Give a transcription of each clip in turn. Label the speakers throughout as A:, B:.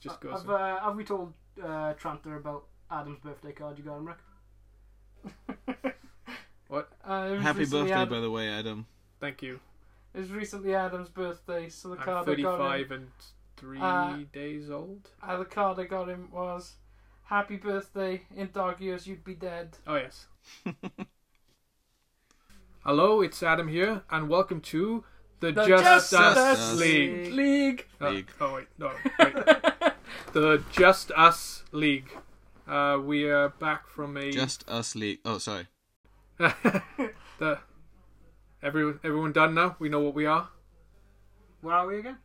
A: Just go.
B: Have, uh, have we told uh, Tranter about Adam's birthday card you got him, Rick?
A: What?
C: Uh, it was
D: Happy
C: recently
D: birthday,
C: Ad-
D: by the way, Adam.
C: uh,
A: Thank you.
C: It was recently Adam's birthday, so the
A: I'm
C: card I got him.
A: 35 and three
C: Uh,
A: days old.
C: Uh, the card I got him was, "Happy birthday! In dog years, you'd be dead."
A: Oh yes. Hello, it's Adam here, and welcome to the,
C: The
A: Just,
C: Just
A: Us,
D: Us
A: League.
C: League.
A: League. Oh,
D: League.
A: oh, wait, no. Wait. the Just Us League. Uh, we are back from a
D: Just us leak. Oh, sorry.
A: the everyone everyone done now. We know what we are.
B: Where are we again?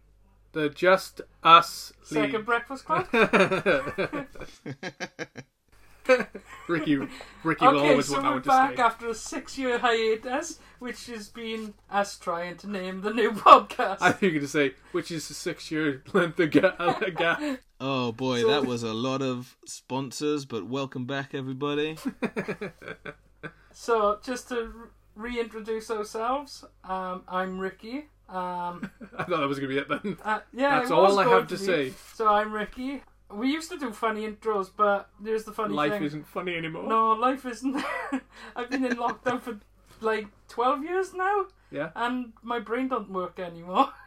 A: The Just Us League.
C: Second Breakfast Club.
A: Ricky, Ricky will
C: okay,
A: always
C: so
A: want that
C: we're
A: one to
C: back
A: stay.
C: after a six-year hiatus, which has been us trying to name the new podcast.
A: I think you're gonna say which is the six-year length of ga- uh, gap.
D: Oh boy, that was a lot of sponsors, but welcome back, everybody.
C: So, just to re- reintroduce ourselves, um, I'm Ricky. Um,
A: I thought that was gonna be it then.
C: uh, yeah,
A: That's
C: it was
A: all I
C: going
A: have to
C: be.
A: say.
C: So I'm Ricky. We used to do funny intros, but there's the funny
A: Life
C: thing.
A: isn't funny anymore.
C: No, life isn't. I've been in lockdown for like 12 years now,
A: Yeah.
C: and my brain don't work anymore.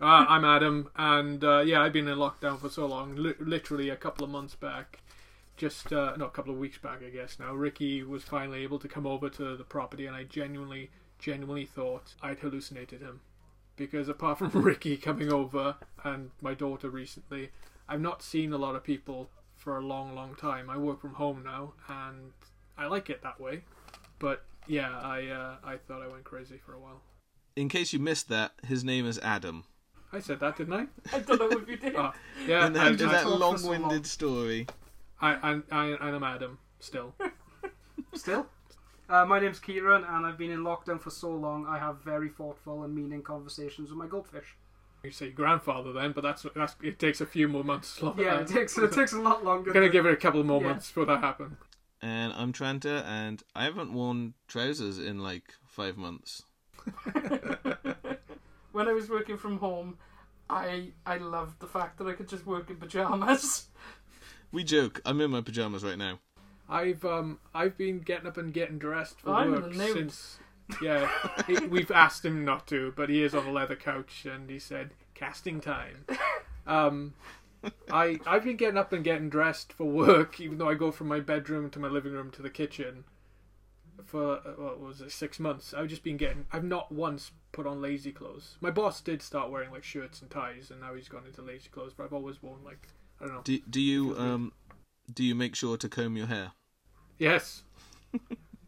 A: Uh, I'm Adam, and uh, yeah, I've been in lockdown for so long. Li- literally a couple of months back, just uh, no, a couple of weeks back, I guess. Now Ricky was finally able to come over to the property, and I genuinely, genuinely thought I'd hallucinated him, because apart from Ricky coming over and my daughter recently, I've not seen a lot of people for a long, long time. I work from home now, and I like it that way. But yeah, I uh, I thought I went crazy for a while.
D: In case you missed that, his name is Adam.
A: I said that, didn't I?
C: I don't know if you did.
A: Oh, yeah,
D: And
A: I-
D: after
A: I-
D: that
B: talked for so long.
D: long-winded story,
A: I, I, I, and I'm Adam still.
B: Still? Uh, my name's Kieran, and I've been in lockdown for so long, I have very thoughtful and meaning conversations with my goldfish.
A: You say grandfather then, but that's that's it takes a few more months. Long,
B: Yeah, it takes, it takes a lot longer.
A: gonna
B: than-
A: give it a couple more
B: Yeah.
A: months before that happens.
D: and I'm Tranta, and I haven't worn trousers in like five months.
C: when I was working from home, I I loved the fact that I could just work in pajamas.
D: We joke. I'm in my pajamas right now.
A: I've um I've been getting up and getting dressed for
C: I'm
A: work
C: the nude.
A: since. Yeah, he- we've asked him not to, but he is on a leather couch, and he said casting time. Um, I I've been getting up and getting dressed for work, even though I go from my bedroom to my living room to the kitchen. For uh, what was it, six months? I've just been getting. I've not once put on lazy clothes. My boss did start wearing like shirts and ties, and now he's gone into lazy clothes. But I've always worn like I don't know.
D: Do do you um do you make sure to comb your hair?
A: Yes.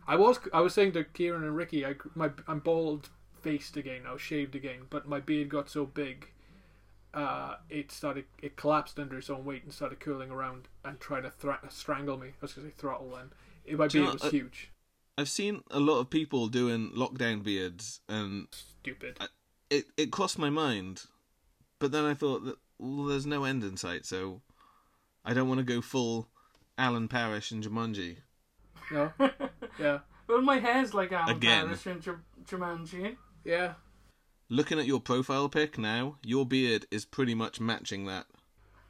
A: I was I was saying to Kieran and Ricky, I gr- my I'm bald faced again. I was shaved again, but my beard got so big, uh, it started it collapsed under its own weight and started curling around and trying to thra- strangle me. I was gonna say throttle then. It, my
D: Do you
A: beard
D: know,
A: was
D: uh,
A: huge.
D: I've seen a lot of people doing lockdown beards, and
A: Stupid.
D: it it crossed my mind, but then I thought that well, there's no end in sight, so I don't want to go full Alan Parrish and Jumanji.
A: No. yeah.
C: Well, my hair's like Alan
D: Again.
C: Parrish in Ju- Jumanji.
A: Yeah.
D: Looking at your profile pic now, your beard is pretty much matching that.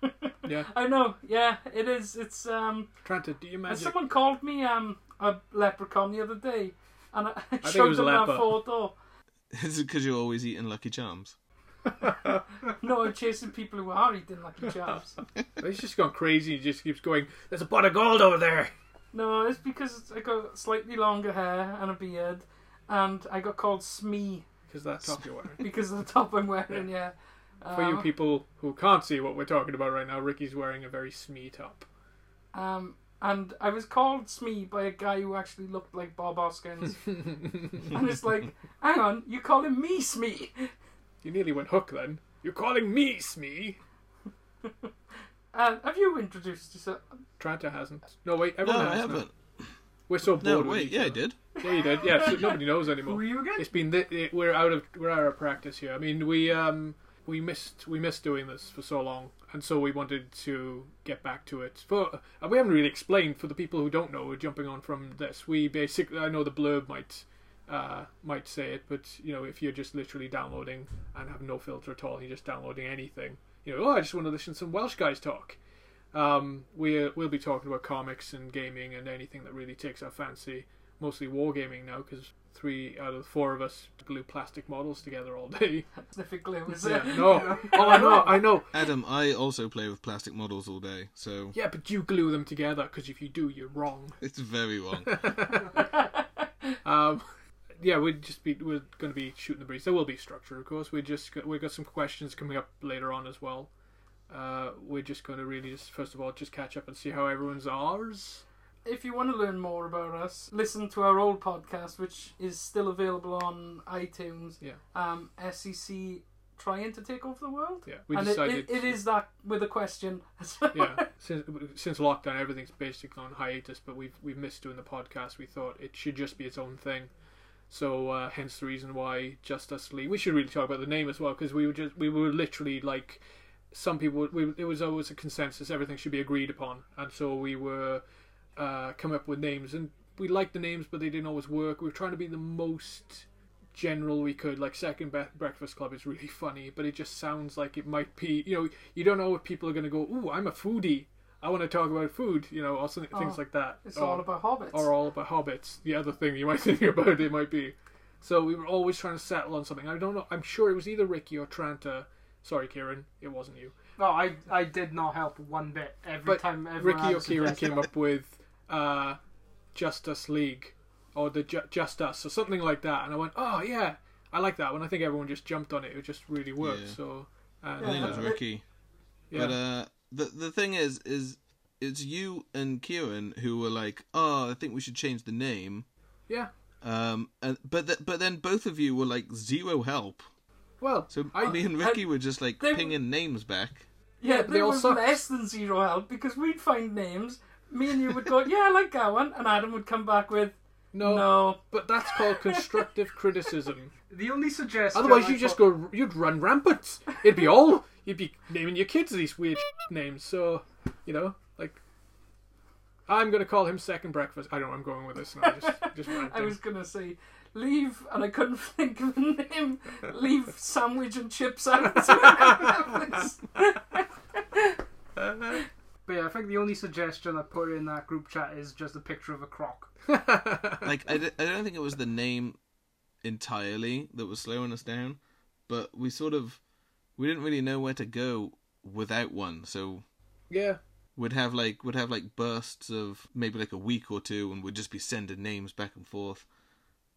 A: Yeah.
C: I know. Yeah, it is. It's um.
A: Tranta, do you
C: and
A: magic?
C: Someone called me um a leprechaun the other day, and I,
A: it
C: showed
A: was a
C: them that
A: leper.
C: photo.
D: Is it because you're always eating Lucky Charms?
C: No, I'm chasing people who are eating lucky charms.
A: He's just gone crazy. He just keeps going. There's a pot of gold over there.
C: No, it's because I got slightly longer hair and a beard, and I got called Smee
A: Because that top you're wearing.
C: because of the top I'm wearing. Yeah.
A: For you
C: Um,
A: people who can't see what we're talking about right now, Ricky's wearing a very smee top.
C: Um, and I was called Smee by a guy who actually looked like Bob Hoskins. and it's like, hang on, you calling me Smee?
A: You nearly went hook then. You're calling me Smee?
C: Uh, have you introduced yourself?
A: Tranta hasn't. No, wait,
D: No,
A: everyone
D: I
A: has now.
D: haven't.
A: We're so bored.
D: No,
A: with
D: wait,
A: each
D: yeah, I
A: other.
D: did.
A: Yeah, you did. Yeah, so nobody knows
B: Who are
A: anymore.
B: you again?
A: It's been th- it, we're out of we're out of practice here. I mean, we um we missed we missed doing this for so long, and so we wanted to get back to it. For uh, we haven't really explained for the people who don't know. We're jumping on from this. We basically I know the blurb might uh might say it, but you know if you're just literally downloading and have no filter at all, you're just downloading anything. you know, oh, I just want to listen to some Welsh guys talk. Um, we we'll be talking about comics and gaming and anything that really takes our fancy. Mostly wargaming now, because three out of the four of us glue plastic models together all day.
C: Sniffing glue is
A: Yeah,
C: it?
A: no, oh, I know, I know.
D: Adam, I also play with plastic models all day, so
A: Yeah, but you glue them together because if you do, you're wrong.
D: it's very wrong.
A: Um, yeah, we'd just be we're going to be shooting the breeze. There will be structure, of course. We just got, we got some questions coming up later on as well. Uh, we're just going to really just first of all just catch up and see how everyone's ours.
C: If you want to learn more about us, listen to our old podcast, which is still available on iTunes.
A: Yeah.
C: Um, SEC trying to take over the world.
A: Yeah, we
C: and it-
A: decided.
C: it, it is that with a question.
A: yeah, since since lockdown, everything's basically on hiatus. But we've we've missed doing the podcast. We thought it should just be its own thing. So uh, hence the reason why Just Us League. We should really talk about the name as well because we were just we were literally like some people. We, it was always a consensus. Everything should be agreed upon, and so we were uh, come up with names and we liked the names, but they didn't always work. We were trying to be the most general we could. Like Second Be- Breakfast Club is really funny, but it just sounds like it might be. You know, you don't know if people are going to go. Ooh, I'm a foodie. I want to talk about food. You know, or something, things
C: Oh,
A: like that.
C: It's
A: or,
C: all about hobbits.
A: or all about hobbits. The other thing you might think about it might be. So we were always trying to settle on something. I don't know. I'm sure it was either Ricky or Tranta. Sorry, Kieran, it wasn't you.
B: No, I I did not help one bit every
A: But
B: time. everyone
A: Ricky
B: had a
A: or Kieran
B: suggestion.
A: came up with uh, Just Us League or the Ju- Just Us or something like that, and I went, "Oh yeah, I like that one." I think everyone just jumped on it. It just really worked.
D: Yeah.
A: So
D: I think
A: and,
D: it was
A: uh,
D: Ricky.
A: yeah,
D: But uh, the the thing is, is it's you and Kieran who were like, "Oh, I think we should change the name."
A: yeah.
D: Um, and but th- but then both of you were like zero help.
A: Well,
D: So
A: I,
D: me and Ricky were just like
C: they-
D: pinging names back.
C: yeah,
A: but
C: they
A: they all
C: were
A: sucked.
C: less than zero help because we'd find names. Me and you would go, yeah, I like that one, and Adam would come back with,
A: no,
C: no,
A: but that's called constructive criticism.
B: The only suggestion.
A: Otherwise,
B: I
A: you just
B: thought-
A: go, you'd run rampant. It'd be all, you'd be naming your kids these weird names. So, you know, like, I'm gonna call him Second Breakfast. I don't know. I'm going with this now. Just, just
C: I
A: ranting.
C: was gonna say leave, and I couldn't think of a name. Leave sandwich and chips out.
B: But yeah, I think the only suggestion I put in that group chat is just a picture of a croc.
D: Like I, d- I don't think it was the name entirely that was slowing us down, but we sort of we didn't really know where to go without one. So
A: yeah,
D: would have like would have like bursts of maybe like a week or two and would just be sending names back and forth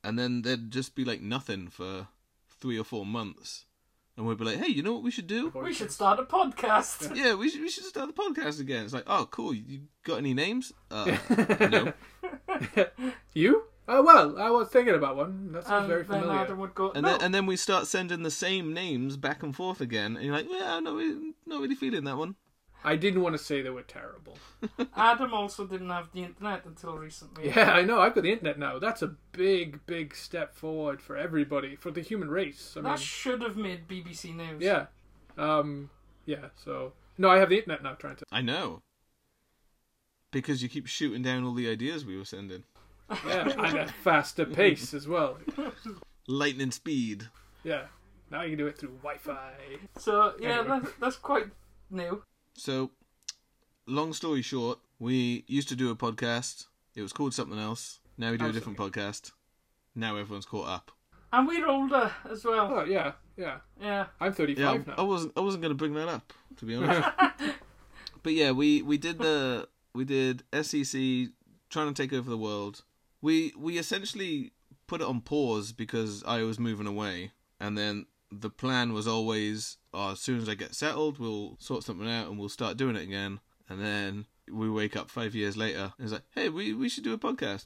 D: and then there'd just be like nothing for three or four months and we'd be like hey you know what we should do
C: we should start a podcast.
D: yeah we should, we should start the podcast again it's like oh cool you got any names uh no
A: you? Oh well, I was thinking about one. That sounds
C: And
A: very
C: Um, then
A: familiar.
C: Adam would go,
D: and
C: no,
D: then and then we start sending the same names back and forth again and you're like well i'm not really, not really feeling that one
A: I didn't want to say they were terrible.
C: Adam also didn't have the internet until recently.
A: Yeah, I know. I've got the internet now. That's a big, big step forward for everybody, for the human race. I mean,
C: That should have made BBC News.
A: yeah, um, yeah. So no, I have the internet now. Trying to.
D: i know because you keep shooting down all the ideas we were sending
A: Yeah, and at faster pace as well.
D: lightning speed
A: Yeah. Now you can do it through Wi-Fi.
C: So yeah,
A: Anyway.
C: that's, that's quite new.
D: So, long story short, we used to do a podcast. It was called something else. Now we do a different podcast. Now everyone's caught up.
C: And we're older as well.
A: Oh yeah, yeah.
C: Yeah.
A: I'm
D: Yeah, oh.
A: 35
D: I
A: now.
D: wasn't. I wasn't going to bring that up, to be honest. but yeah, we we did the we did SEC trying to take over the world. We we essentially put it on pause because I was moving away, and then the plan was always, oh, as soon as I get settled, we'll sort something out and we'll start doing it again. And then we wake up five years later and it's like, hey, we we should do a podcast.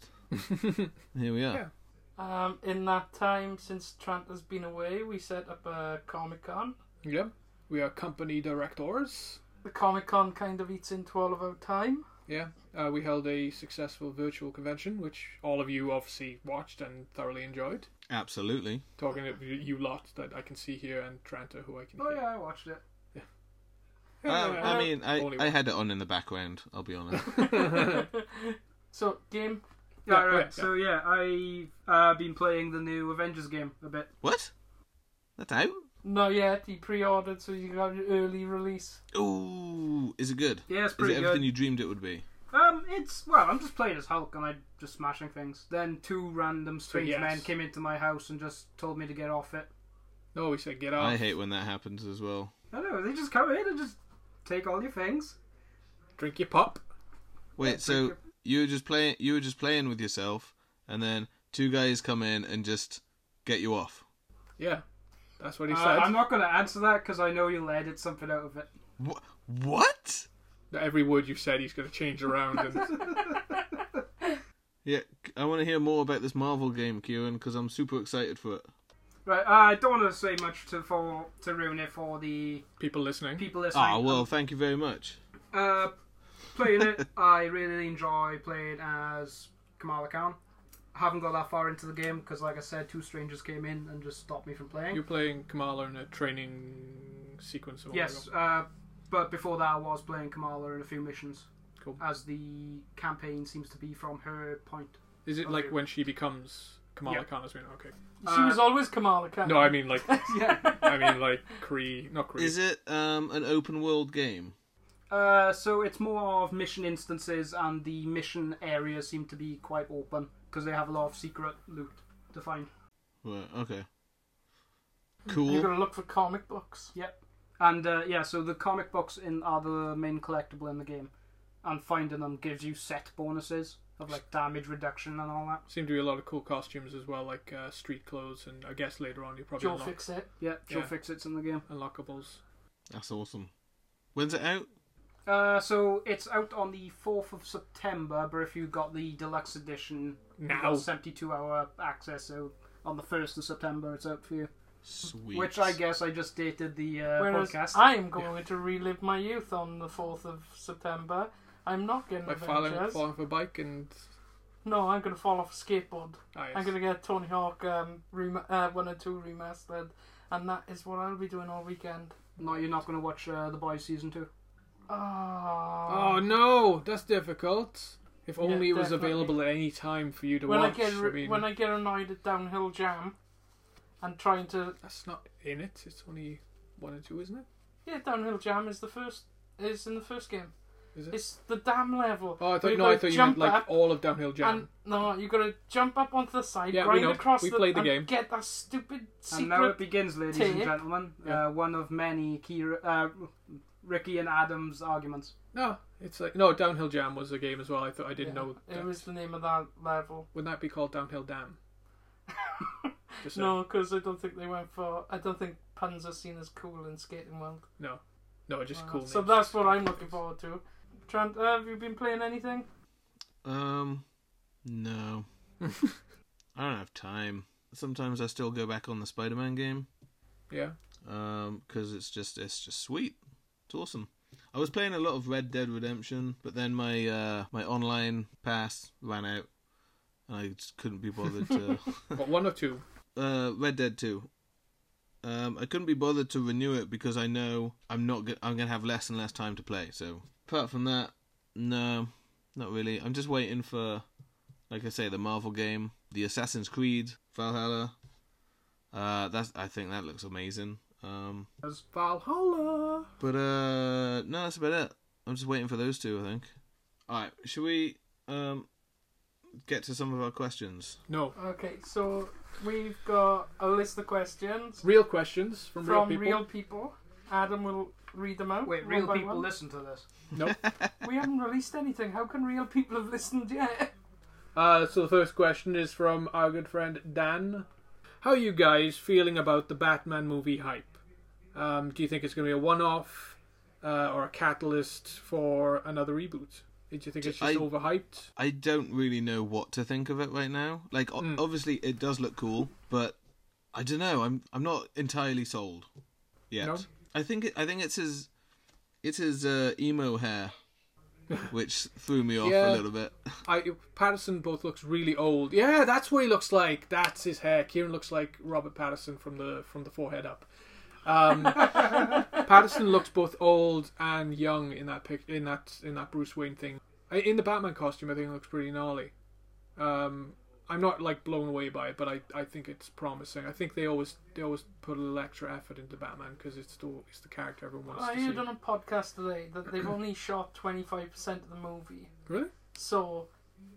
D: Here we are.
A: Yeah.
C: Um, in that time since Trent has been away, we set up a Comic Con.
A: Yep. We are company directors.
C: The Comic Con kind of eats into all of our time.
A: Yeah. Uh, we held a successful virtual convention, which all of you obviously watched and thoroughly enjoyed.
D: Absolutely.
A: Talking of you- you lot that I can see here and Tranta, who I can
B: Oh
A: hear.
B: yeah, I watched it.
D: Um, I mean, I,
A: Only
D: I
A: one.
D: had it on in the background. I'll be honest.
C: So game
B: Yeah,
A: Yeah,
B: right.
A: yeah,
B: So yeah, I've uh, been playing the new Avengers game a bit.
D: what? That's out.
C: Not yet. He pre-ordered, so you got an early release.
D: Ooh, is it good?
B: Yeah, it's
D: Is
B: pretty
D: it everything
B: good.
D: you dreamed it would be?
B: Um, it's well, I'm just playing as Hulk and I just smashing things. Then two random strange
A: yes.
B: men came into my house and just told me to get off it.
A: No, we said get off.
D: I hate when that happens as well.
B: I don't know. They just come in and just take all your things.
A: Drink your pop.
D: Wait, so you were just playing you were just playing with yourself and then two guys come in and just get you off.
A: Yeah, that's what he
B: Uh,
A: said.
B: I'm not going to answer that because I know you'll edit something out of it.
D: Wh- what?
A: Every word you said, he's going to change around. And
D: Yeah, c- I want to hear more about this Marvel game, Kieran, because I'm super excited for it.
B: Right. Uh, I don't want to say much to for to ruin it for the
A: people listening.
B: people listening.
D: Ah, well, thank you very much.
B: Uh, playing it, I really enjoy playing as Kamala Khan. Haven't got that far into the game because, like I said, two strangers came in and just stopped me from playing.
A: You're playing Kamala in a training sequence. a while
B: Yes,
A: ago.
B: uh, but before that, I was playing Kamala in a few missions.
A: Cool.
B: As the campaign seems to be from her point.
A: Is it
B: Okay.
A: like when she becomes Kamala
B: Oh, Yeah.
A: Khan as well? Okay.
C: she
B: Uh,
C: was always Kamala Khan.
A: No, I mean like
B: yeah.
A: I mean like Kree, not Kree.
D: Is it um an open world game?
B: Uh, so it's more of mission instances, and the mission areas seem to be quite open because they have a lot of secret loot to find.
D: Right, okay.
B: Mm-hmm.
C: You're
D: Cool.
C: gonna look for comic books.
B: Yep. And uh, yeah, so the comic books in are the main collectible in the game, and finding them gives you set bonuses of like damage reduction and all that.
A: Seem to be a lot of cool costumes as well, like uh, street clothes, and I guess later on you probably
C: Joe
A: unlock-
C: fix it.
B: Yeah, Joe
A: Yeah.
B: fix it's in the game.
A: unlockables.
D: That's awesome. When's it out?
B: Uh, so it's out on the fourth of September, but if you got the deluxe edition, you
A: Now.
B: got seventy-two hour access. So on the first of September, it's out for you.
D: Sweet.
B: Which I guess I just dated the uh,
C: Whereas
B: podcast.
C: I am going to relive my youth on the fourth of September. I'm not getting
A: Like falling,
C: Avengers.
A: falling off a bike and.
C: No, I'm gonna fall off a skateboard.
A: Ah, yes.
C: I'm gonna get Tony Hawk um, rem- uh, one and two remastered, and that is what I'll be doing all weekend.
B: No, you're not going to watch uh, the Boys season two.
A: Oh
C: Oh,
A: no, that's difficult. If only it was
C: definitely.
A: available at any time for you to
C: when I
A: watch.
C: get
A: I mean,
C: when I get annoyed at downhill jam, and trying to
A: that's not in it. It's only one and two, isn't it?
C: yeah, downhill jam is the first is in the first game.
A: Is it?
C: It's the dam level.
A: Oh, I
C: where
A: thought
C: you
A: no, I
C: gotta
A: thought you
C: jump
A: meant like
C: up
A: all of downhill
C: And
A: jam.
C: no, you gotta jump up onto the side,
A: Yeah, we
C: grind
A: know.
C: across
A: We
C: the,
A: played the
C: and
A: game.
C: get that stupid
B: And now it
C: secret.
B: begins, ladies and
C: tape.
B: gentlemen.
A: Yeah.
B: Uh, one of many Kira, uh, Ricky and Adam's arguments.
A: No, it's like no downhill jam was a game as well. I thought I didn't
C: Yeah,
A: know.
C: It
A: that.
C: was the name of that level.
A: Wouldn't that be called downhill dam? Just saying.
C: No, because I don't think they went for. I don't think puns are seen as cool in skating world.
A: no, just
C: Uh,
A: cool.
C: So
A: names.
C: that's what I'm looking forward to. Trent, uh, have you been playing anything?
D: Um, no. I don't have time. Sometimes I still go back on the Spider-Man game
A: yeah.
D: because it's just it's just sweet. It's awesome. I was playing a lot of Red Dead Redemption, but then my uh, my online pass ran out, and I just couldn't be bothered to
A: But one or two.
D: uh, Red Dead Two. Um, I couldn't be bothered to renew it because I know I'm not. Go- I'm gonna have less and less time to play. So apart from that, no, not really. I'm just waiting for, like I say, the Marvel game, the Assassin's Creed Valhalla. Uh, that's. I think that looks amazing. Um,
B: As
A: Valhalla.
D: but uh, no, that's about it. I'm just waiting for those two. I think. All right, should we um get to some of our questions?
A: No.
C: Okay, so we've got a list of questions
A: Real questions from,
C: from,
A: real
C: real,
A: people.
C: people. Adam will read them out.
B: Wait,
C: one
B: real
C: by
B: people
C: one.
B: listen to this.
C: We haven't released anything. How can real people have listened yet?
A: Uh, so the first question is from our good friend Dan. How are you guys feeling about the Batman movie hype? Um, do you think it's going to be a one-off uh, or a catalyst for another reboot? Do you think it's just
D: I-
A: overhyped?
D: I don't really know what to think of it right now. Like, o-
A: Mm.
D: obviously, it does look cool, but I don't know. I'm I'm not entirely sold yet.
A: No?
D: I think it, I think it's his it's his uh, emo hair, which threw me off
A: Yeah.
D: a little bit.
A: I Patterson both looks really old. Yeah, that's what he looks like. That's his hair. Kieran looks like Robert Patterson from the from the forehead up. Um, Patterson looks both old and young in that pic in that in that Bruce Wayne thing. I- In the Batman costume, I think it looks pretty gnarly. Um, I'm not like blown away by it, but I, I think it's promising. I think they always they always put a little extra effort into Batman because it's the it's the character everyone wants
C: I
A: to see.
C: heard on a podcast today that they've only shot 25% of the movie.
A: Really?
C: So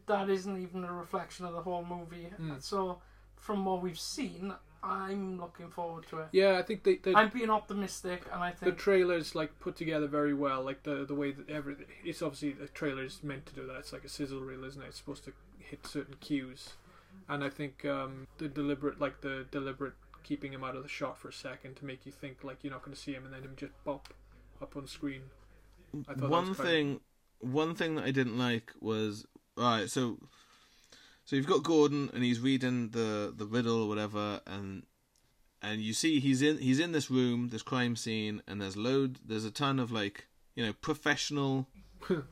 C: that isn't even a reflection of the whole movie.
A: Hmm.
C: So from what we've seen, I'm looking forward to it.
A: Yeah, I think they, they
C: I'm being optimistic, and I
A: the
C: think
A: trailers like put together very well. Like the the way that every it's obviously the trailer is meant to do that. It's like a sizzle reel, isn't it? It's supposed to hit certain cues, and I think um, the deliberate like the deliberate keeping him out of the shot for a second to make you think like you're not going to see him, and then him just pop up on screen. I thought that
D: one
A: was quite-
D: thing one thing that I didn't like was all right, so so you've got Gordon and he's reading the the riddle or whatever and and you see he's in he's in this room, this crime scene and there's load there's a ton of like, you know, professional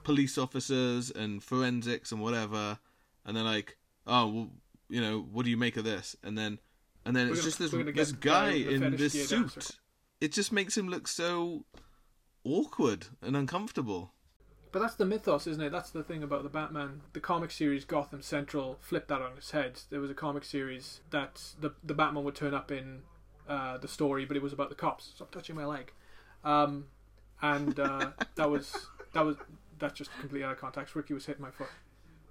D: police officers and forensics and whatever and they're like, "Oh, well, you know, what do you make of this?" And then and then
A: We're
D: it's
A: gonna-
D: just this
A: we're gonna
D: this
A: get the guy
D: guy
A: with the
D: in
A: fetish
D: this
A: gear
D: suit.
A: dancer.
D: It just makes him look so awkward and uncomfortable.
A: But that's the mythos, isn't it? That's the thing about the Batman. The comic series Gotham Central flipped that on its head. There was a comic series that the the Batman would turn up in uh, the story, but it was about the cops. Stop touching my leg. Um, and uh, that was that was that's just completely out of context. Ricky was hitting my foot.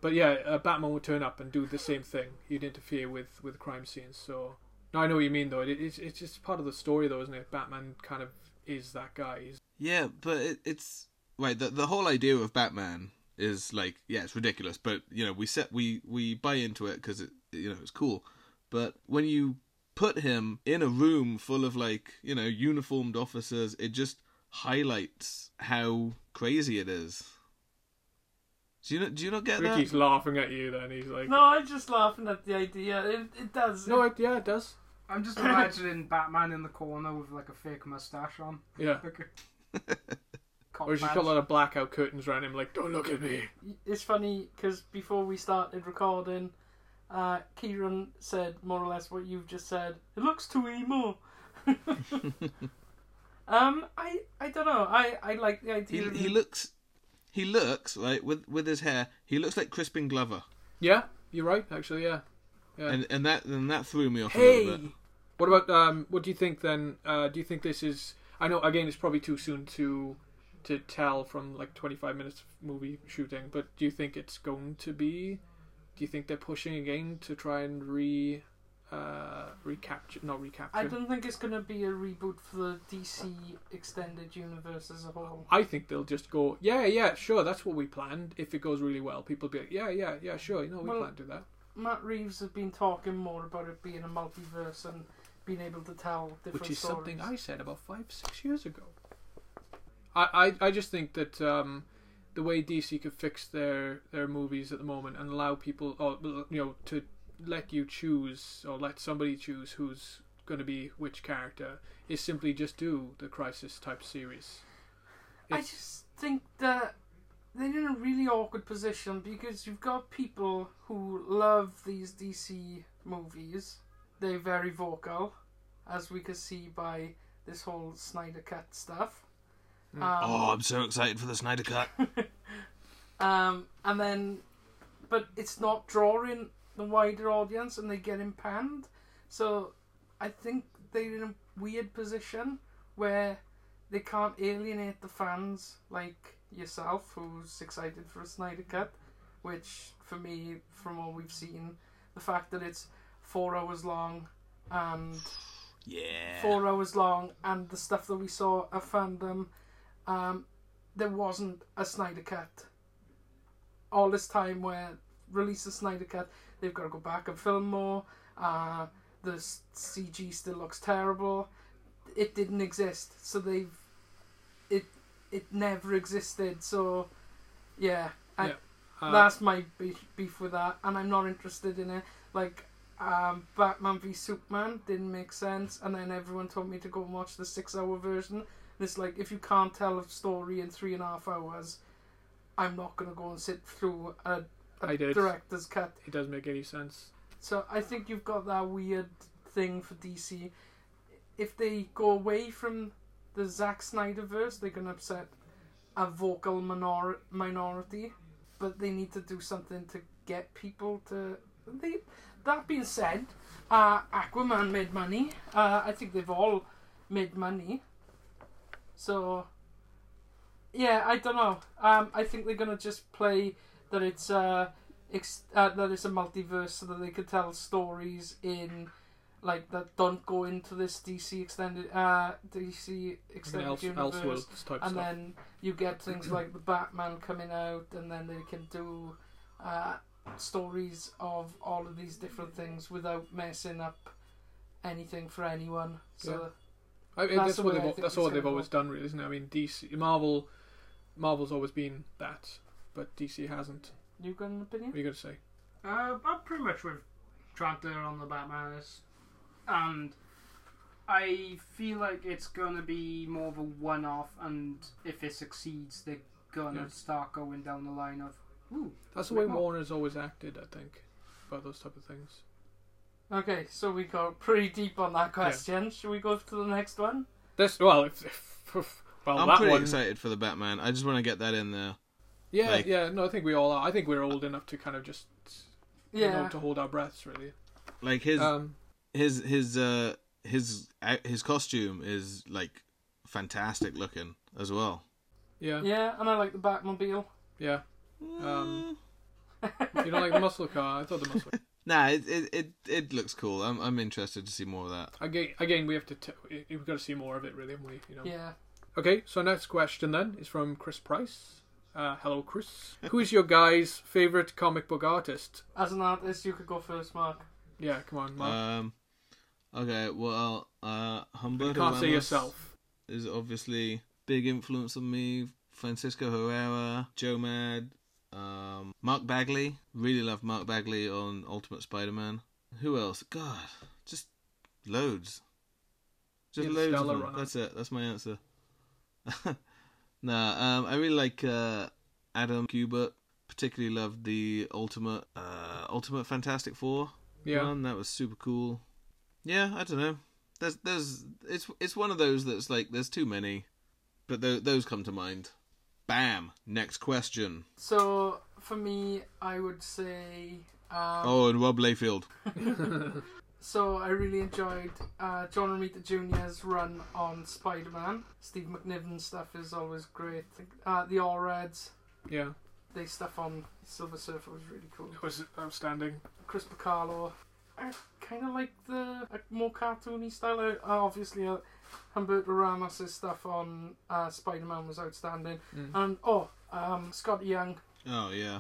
A: But yeah, uh, Batman would turn up and do the same thing. He'd interfere with with crime scenes. So no, I know what you mean though. It, it's it's just part of the story though, isn't it? Batman kind of is that guy. He's
D: Yeah, but it, it's right. The the whole idea of Batman is like, yeah, it's ridiculous, but you know, we set we we buy into it because it you know it's cool. But when you put him in a room full of like you know uniformed officers, it just highlights how crazy it is. Do you not, do you not get
A: Ricky's
D: that?
A: laughing at you. Then he's like,
C: no, I'm just laughing at the idea. It, it does.
A: no, it, yeah, it does.
B: I'm just imagining Batman in the corner with like a fake mustache on.
A: Yeah.
B: Like a cop
A: Or he's just
B: badge.
A: got a lot of blackout curtains around him, like, don't look at me.
C: it's funny because before we started recording, uh, Kieran said more or less what you've just said. It looks too emo. um, I I don't know. I I like the
D: He
C: idea. of
D: he looks he looks right with with his hair. He looks like Crispin Glover,
A: Yeah, you're right, actually, yeah.
D: and and that and that threw me off a little bit.
A: What about, um, what do you think then? Uh, do you think this is, I know, again, it's probably too soon to to tell from like 25 minutes of movie shooting, but do you think it's going to be, do you think they're pushing again to try and re, uh, recapture, not recapture?
C: I don't think it's going to be a reboot for the DC extended universe as a whole.
A: I think they'll just go, yeah, yeah, sure, that's what we planned. If it goes really well, people will be like, yeah, yeah, yeah, sure, you know, we
C: Well-
A: planned to do that.
C: Matt Reeves has been talking more about it being a multiverse and being able to tell different
A: which is
C: stories.
A: something I said about five, six years ago. I, I, I just think that um, the way DC could fix their, their movies at the moment and allow people, or you know, to let you choose or let somebody choose who's going to be which character is simply just do the crisis type series.
C: I
A: It's-
C: just think that they're in a really awkward position because you've got people who love these DC movies. They're very vocal, as we can see by this whole Snyder Cut stuff. Um,
D: Oh, I'm so excited for the Snyder Cut.
C: um, and then, but it's not drawing the wider audience, and they're getting panned. So, I think they're in a weird position where they can't alienate the fans like yourself, who's excited for a Snyder Cut. Which, for me, from what we've seen, the fact that it's four hours long and
D: Yeah.
C: four hours long, and the stuff that we saw at fandom, um, there wasn't a Snyder cut. All this time, where release a Snyder cut, they've got to go back and film more. Uh, the s- CG still looks terrible. It didn't exist, so they've it it never existed. So yeah, I,
A: Yeah. Uh,
C: that's my beef, beef with that, and I'm not interested in it. Like, um, Batman v Superman didn't make sense, and then everyone told me to go and watch the six hour version. And it's like, if you can't tell a story in three and a half hours, I'm not going to go and sit through a,
A: I
C: a
A: did.
C: director's cut.
A: it doesn't make any sense.
C: So I think you've got that weird thing for DC. If they go away from the Zack Snyder verse, they're going to upset a vocal minor- minority. But they need to do something to get people to They, that being said, uh, Aquaman made money. Uh, I think they've all made money. So, yeah, I don't know. Um, I think they're gonna just play that it's uh, ex- uh that it's a multiverse, so that they could tell stories in like that don't go into this DC extended uh DC extended
A: Else,
C: universe
A: Elseworlds type
C: and
A: stuff.
C: then you get things like the Batman coming out, and then they can do uh, stories of all of these different things without messing up anything for anyone. So
A: I mean,
C: That's
A: that's,
C: the
A: what
C: way I
A: they've
C: think
A: that's
C: it's
A: what they've
C: gonna
A: always done, really, isn't it? I mean, DC, Marvel, Marvel's always been that, but DC hasn't.
C: you got an opinion?
A: What are you gonna say?
B: Uh, I'm pretty much with Tranter on the Batman list. And I feel like it's going to be more of a one off, and if it succeeds, they're going to
A: Yeah.
B: start going down the line of, ooh,
A: That's the way
B: Well-
A: Warner's always acted, I think, about those type of things.
C: Okay, so we got pretty deep on that question. Should we go to the next one?
A: This well, if, if, if- well,
D: I'm
A: that
D: pretty
A: one.
D: excited for the Batman. I just want to get that in there.
A: Yeah,
D: like-
A: yeah. No, I think we all are. I think we're old enough to kind of just
C: Yeah,
A: you know to hold our breaths, really.
D: Like his
A: Um,
D: his his uh his uh, his costume is like fantastic looking as well.
A: yeah, yeah.
C: yeah, and I like the Batmobile.
A: Um, you don't like the muscle car? I thought the muscle.
D: Nah, it it it, it looks cool. I'm I'm interested to see more of that.
A: Again, again, we have to. T- we- we've got to see more of it, really, haven't we? You know.
C: Yeah,
A: Okay, so next question then is from Chris Price. Uh, hello, Chris. Who is your guy's favorite comic book artist?
C: as an artist, you could go first, Mark.
A: Yeah, come on, Mark.
D: Um, okay, well, uh, Humberto
A: Can't say
D: Ramos
A: yourself.
D: is obviously big influence on me. Francisco Herrera, Joe Mad, um, Mark Bagley. Really love Mark Bagley on Ultimate Spider-Man. Who else? God, just loads. Just
A: Yeah,
D: loads. Of
A: Stellar
D: them.
A: Runner.
D: That's it. That's my answer. nah, um, I really like uh, Adam Kubert. Particularly loved the Ultimate uh, Ultimate Fantastic Four
A: Yeah,
D: one. That was super cool. Yeah, I don't know. There's there's it's it's one of those that's like there's too many, but tho- those come to mind. Bam. Next question.
C: So for me, I would say. Um,
D: Oh, and Rob Layfield.
C: So I really enjoyed uh, John Romita Jr.'s run on Spider-Man. Steve McNiven's stuff is always great. Uh, the All Reds,
A: yeah.
C: they stuff on Silver Surfer was really cool.
A: It was outstanding.
C: Chris Piccolo. I kind of like the like, more cartoony style. Uh, obviously, uh, Humberto Ramos's stuff on uh, Spider-Man was outstanding. And oh, um, Scott Young,
D: Oh yeah.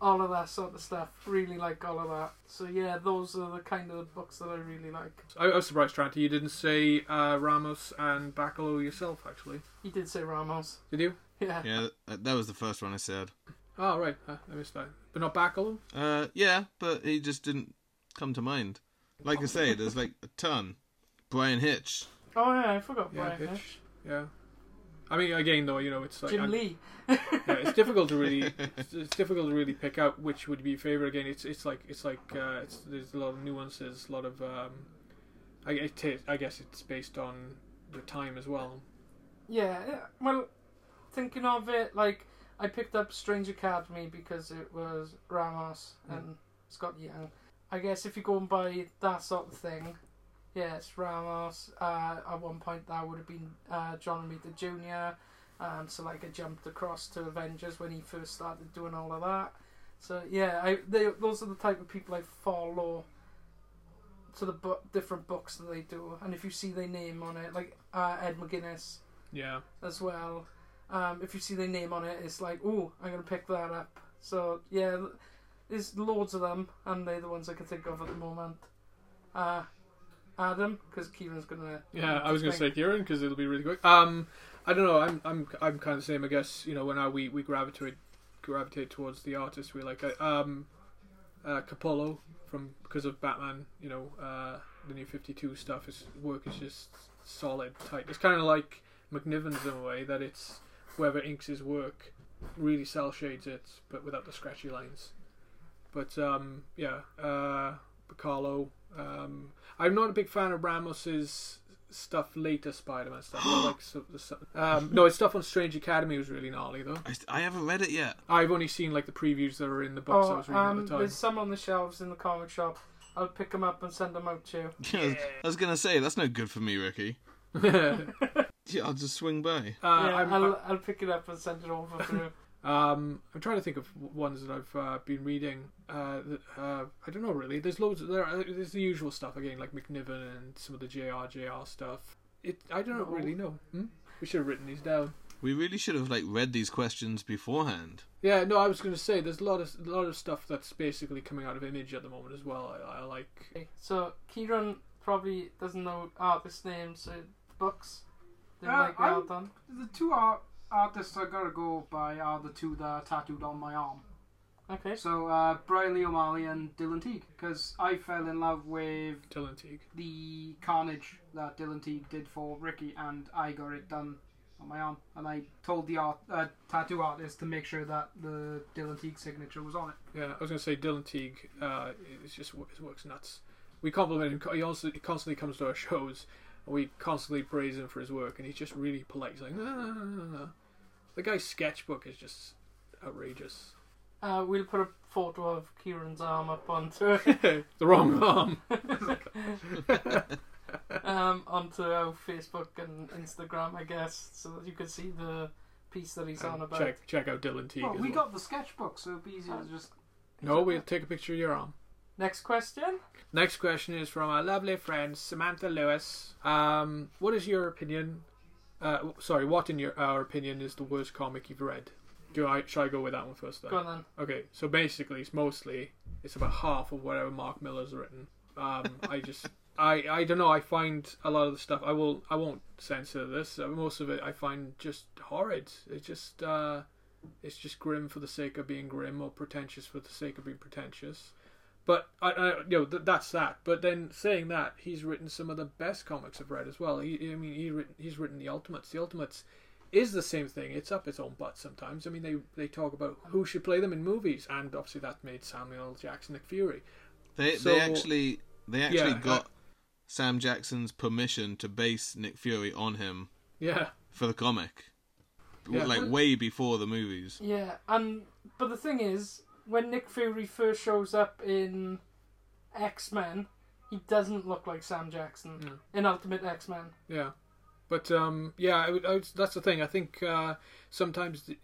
C: all of that sort of stuff. Really like all of that. So yeah, those are the kind of books that I really like.
A: I, I was surprised, Tranter, oh, you didn't say uh, Ramos and Bacalo yourself, actually.
C: You did say Ramos.
A: Did you?
C: Yeah.
D: Yeah, that, that was the first one I said.
A: Oh, right. Uh, I missed that. But not Bacalo?
D: Uh, yeah, but he just didn't come to mind. Like I say, there's like a ton. Brian Hitch.
C: Oh yeah, I forgot
A: Yeah,
C: Brian
A: Hitch.
C: Hitch.
A: Yeah. I mean, again, though, you know, it's like.
C: Jim
A: I'm-
C: Lee.
A: yeah, it's difficult to really it's, it's difficult to really pick out which would be your favorite again it's it's like it's like uh, it's, there's a lot of nuances a lot of um I, it ta- I guess it's based on the time as well
C: yeah, yeah, well, thinking of it, like I picked up Strange Academy because it was Ramos and Scott Young. I guess if you go and buy that sort of thing, yeah, it's Ramos. Uh, at one point, that would have been uh, John Romita Jr. Um, so like I jumped across to Avengers when he first started doing all of that. So yeah, I they, those are the type of people I follow to the bu- different books that they do, and if you see their name on it, like uh, Ed McGuinness
A: yeah
C: as well, um, if you see their name on it, it's like, oh, I'm gonna pick that up. So yeah, th- there's loads of them, and they're the ones I can think of at the moment. Uh, Adam, because Kieran's gonna.
A: yeah I was gonna say
C: think.
A: Kieran because it'll be really quick um I don't know I'm I'm I'm kind of the same I guess you know when I we we gravitate gravitate towards the artists we like uh, um uh, Capullo from because of Batman you know uh the new 52 stuff his work is just solid tight it's kind of like McNiven's in a way that it's whoever inks his work really cell shades it, but without the scratchy lines. But um, yeah, uh, Piccolo. Um, I'm not a big fan of Ramos's stuff later Spider-Man stuff. like so, the, so- um, no, it's stuff on Strange Academy was really gnarly though.
D: I, I haven't read it yet.
A: I've only seen like the previews that are in the books I
C: Oh,
A: was reading
C: um,
A: at the time.
C: there's some on the shelves in the comic shop. I'll pick them up and send them out to you.
D: I was gonna say that's no good for me, Ricky. Yeah, I'll just swing by.
A: Uh,
C: yeah,
A: I'm,
C: I'll, I'll pick it up and send it over for you.
A: Um, I'm trying to think of w- ones that I've uh, been reading. Uh, that, uh, I don't know really. There's loads. There, are, there's the usual stuff again, like McNiven and some of the JRJR stuff. It. I don't really know. Hmm? We should have written these down.
D: We really should have like read these questions beforehand.
A: Yeah. No, I was going to say there's a lot of a lot of stuff that's basically coming out of Image at the moment as well. I, I like.
C: Okay, so Kieran probably doesn't know artist names in books. They
B: Uh,
C: might be
B: I'm-
C: well done.
B: The two art- artists I gotta go by are the two that are tattooed on my arm.
C: Okay.
B: So, uh, Brian Lee O'Malley and Dylan Teague, because I fell in love with
A: Dylan Teague.
B: the carnage that Dylan Teague did for Ricky, and I got it done on my arm. And I told the art, uh, tattoo artist to make sure that the Dylan Teague signature was on it.
A: Yeah, I was going to say Dylan Teague. Uh, it's just wo- it works nuts. We compliment him. co- He also he constantly comes to our shows, and we constantly praise him for his work. And he's just really polite. He's like, no, no, no, no, no. The guy's sketchbook is just outrageous.
C: Uh, we'll put a photo of Kieran's arm up onto
A: the
C: Mm.
A: wrong arm.
C: um, onto our Facebook and Instagram, I guess, so that you can see the piece that he's on Oh,
A: And
C: about.
A: Check check out Dylan Teague.
B: Well,
A: as
B: we
A: well.
B: got the sketchbook, so it'd be easier to just.
A: no. We'll take a picture of your arm.
C: Next question.
A: Next question is from our lovely friend Samantha Lewis. Um, what is your opinion? Uh, w- sorry, what in your our opinion is the worst comic you've read? Do I should I go with that one first then?
C: Go on then.
A: Okay, so basically, it's mostly it's about half of whatever Mark Miller's written. Um, I just I I don't know. I find a lot of the stuff I will I won't censor this. Uh, most of it I find just horrid. It's just uh, it's just grim for the sake of being grim or pretentious for the sake of being pretentious. But I, I you know th- that's that. But then saying that, he's written some of the best comics I've read as well. He, I mean, he written, he's written the Ultimates. The Ultimates is the same thing. It's up its own butt sometimes. I mean, they they talk about who should play them in movies, and obviously that made Samuel Jackson Nick Fury.
D: They
A: So-
D: they actually they actually
A: Yeah, uh, I-
D: got Sam Jackson's permission to base Nick Fury on him
A: Yeah,
D: for the comic,
A: Yeah.
D: like way before the movies.
C: Yeah, and but the thing is, when Nick Fury first shows up in X Men, he doesn't look like Sam Jackson in Ultimate X Men.
A: yeah. But um, yeah, I would, I would, that's the thing. I think uh, sometimes the,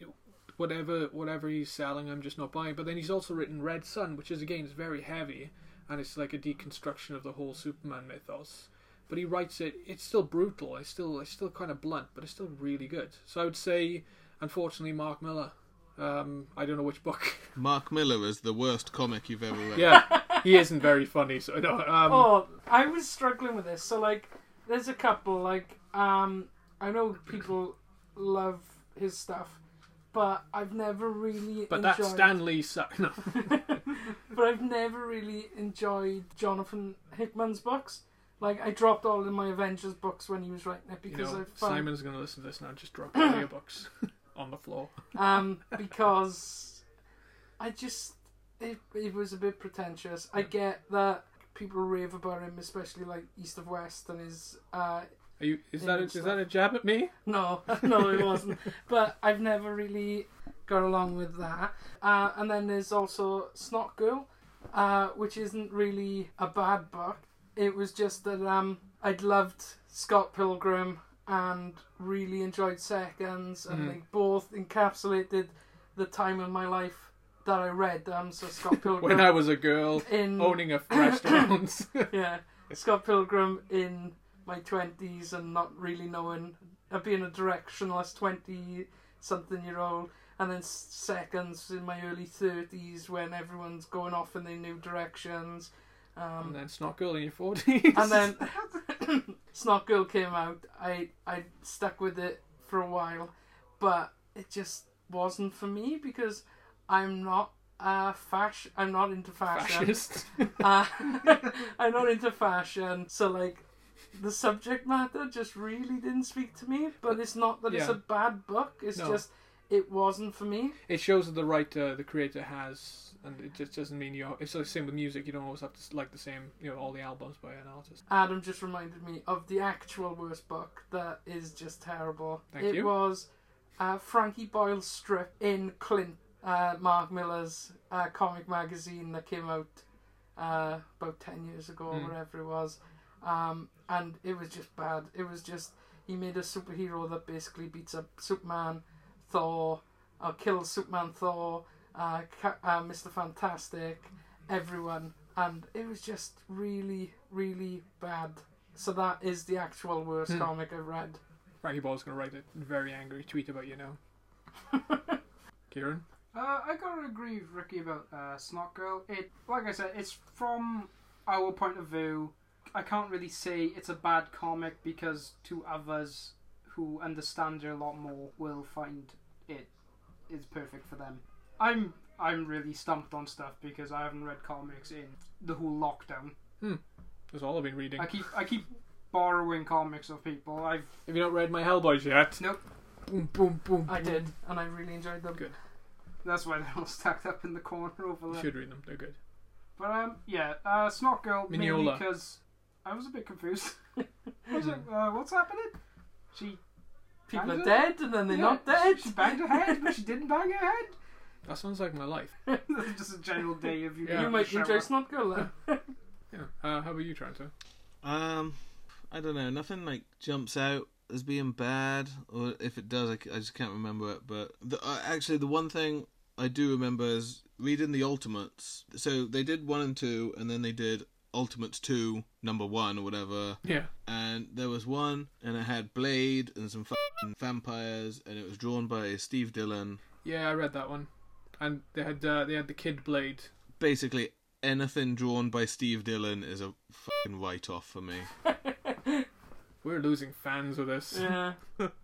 A: whatever whatever he's selling, I'm just not buying. But then he's also written Red Sun, which is again is very heavy, and it's like a deconstruction of the whole Superman mythos. But he writes it; it's still brutal. It's still it's still kind of blunt, but it's still really good. So I would say, unfortunately, Mark Miller. Um, I don't know which book.
D: Mark Miller is the worst comic you've ever read.
A: yeah, he isn't very funny. So no, um,
C: Oh, I was struggling with this. So like, there's a couple like um, I know people love his stuff, but I've never really
A: but
C: enjoyed.
A: that Stan Lee suck. No.
C: but I've never really enjoyed Jonathan Hickman's books. Like I dropped all of my Avengers books when he was writing it
A: You
C: because
A: know,
C: I found
A: Simon's gonna listen to this now. Just drop all your books on the floor.
C: um, because I just it, it was a bit pretentious. I get that people rave about him, especially like East of West and his. Uh,
A: Are you? Is
C: Yeah,
A: that a,
C: it's
A: is
C: like-
A: that a jab at me?
C: no, no, it wasn't. but I've never really got along with that. Uh, and then there's also Snot Girl, uh, which isn't really a bad book. It was just that um, I'd loved Scott Pilgrim and really enjoyed Seconds,
A: Hmm.
C: and they both encapsulated the time in my life that I read them. So Scott Pilgrim
A: When I Oh, was a girl
C: in
A: owning a restaurant.
C: yeah, Scott Pilgrim in my twenties and not really knowing, uh, being a directionless twenty-something-year-old, and then s- seconds in my early thirties when everyone's going off in their new directions,
A: and
C: um,
A: then it's not girl in your forties.
C: and then Snot Girl came out. I I stuck with it for a while, but it just wasn't for me because I'm not uh fash. I'm not into fashion.
A: fascist.
C: Uh, I'm not into fashion, so like the subject matter just really didn't speak to me. But it's not that it's
A: Yeah.
C: a bad book. It's
A: No.
C: just It wasn't for me.
A: It shows that the writer, the creator has, and it just doesn't mean you're. It's the same with music. You don't always have to like the same, you know, all the albums by an artist.
C: Adam just reminded me of the actual worst book that is just terrible.
A: Thank
C: it
A: you.
C: was uh, Frankie Boyle's strip in Clint, uh, Mark Miller's uh, comic magazine that came out uh, about 10 years ago
A: Hmm.
C: or whatever it was. Um, and it was just bad. It was just, he made a superhero that basically beats up Superman, Thor, or kills Superman, Thor, uh, Ca- uh, Mr. Fantastic, everyone. And it was just really, really bad. So that is the actual worst
A: Hmm.
C: comic I've read.
A: Frankie Ball's gonna write a very angry tweet about you now. Kieran,
B: Uh, I gotta agree with Ricky about uh, Snot Girl. It, like I said, it's from our point of view. I can't really say it's a bad comic because to others who understand it a lot more will find it is perfect for them. I'm I'm really stumped on stuff because I haven't read comics in the whole lockdown.
A: that's all I've been reading.
B: I keep I keep borrowing comics of people. I've
A: Have you not read my Hellboys yet?
B: nope.
A: Boom, boom, boom.
C: I did, and I really enjoyed them.
A: Good.
B: That's why they're all stacked up in the corner over
A: You
B: there.
A: should read them. They're good.
B: But um, yeah, uh, Snot Girl mainly
A: Mignola.
B: because I was a bit confused. I was like, uh, what's happening? She
C: People
B: Banged
C: are
B: her-
C: dead, and then they're
B: yeah,
C: not dead.
B: She banged her head, but she didn't bang her head.
A: That sounds like my life.
B: Just a general day of you.
A: Yeah.
B: being
C: You
B: in
C: might
B: the
C: enjoy
B: shower.
C: Snot Girl then.
A: Yeah. Uh, how about you, Tranto?
D: Um, I don't know. Nothing like jumps out as being bad, or if it does, I, c- I just can't remember it. But the, uh, actually, the one thing I do remember is reading the Ultimates. So they did one and two, and then they did Ultimates two, number one or whatever.
A: Yeah.
D: And there was one, and it had Blade and some f***ing vampires, and it was drawn by Steve Dillon.
A: Yeah, I read that one, and they had uh, they had the Kid Blade.
D: Basically, anything drawn by Steve Dillon is a fucking write-off for me.
A: We're losing fans with this.
C: Yeah.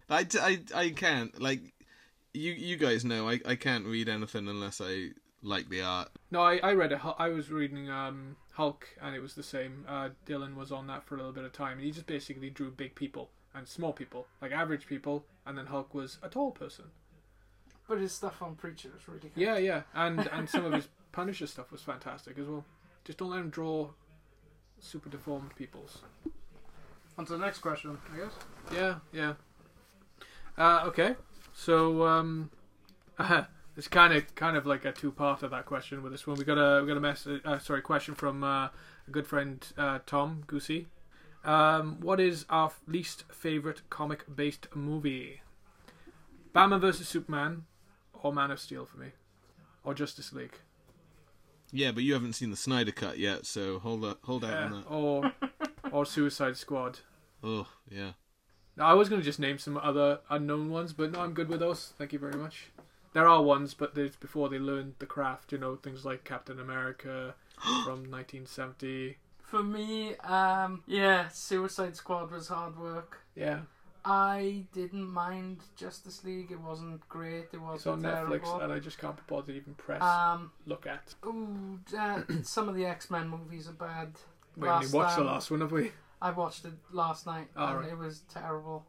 D: I, I, I can't like you you guys know I, I can't read anything unless I like the art.
A: No, I, I read it. I was reading um, Hulk, and it was the same. Uh, Dylan was on that for a little bit of time, and he just basically drew big people and small people, like average people, and then Hulk was a tall person.
C: But his stuff on Preacher is really good.
A: Yeah, yeah, and and some of his Punisher stuff was fantastic as well. Just don't let him draw super deformed peoples.
B: On to the next question, I guess.
A: Yeah, yeah. Uh, okay, so um, it's kind of kind of like a two part of that question with this one. We got a we got a message, uh, sorry, question from uh, a good friend uh, Tom Goosey. Um, what is our f- least favorite comic based movie? Batman versus Superman, or Man of Steel for me, or Justice League,
D: Yeah, but you haven't seen the Snyder cut yet, so hold up, hold out on
A: uh,
D: that.
A: or or Suicide Squad.
D: Oh yeah,
A: Now, I was going to just name some other unknown ones, but no, I'm good with those. Thank you very much. There are ones, but there's before they learned the craft, you know, things like Captain America from 1970.
C: For me, um, yeah, Suicide Squad was hard work.
A: Yeah,
C: I didn't mind Justice League. It wasn't great. It
A: it's on
C: wasn't terrible.
A: Netflix, and I just can't be bothered to even press
C: Um,
A: look at.
C: ooh, uh, some of the X Men movies are bad.
A: We only
C: last,
A: watched the
C: um,
A: last one, have we?
C: I watched it last night
A: Oh,
C: and
A: right.
C: it was terrible.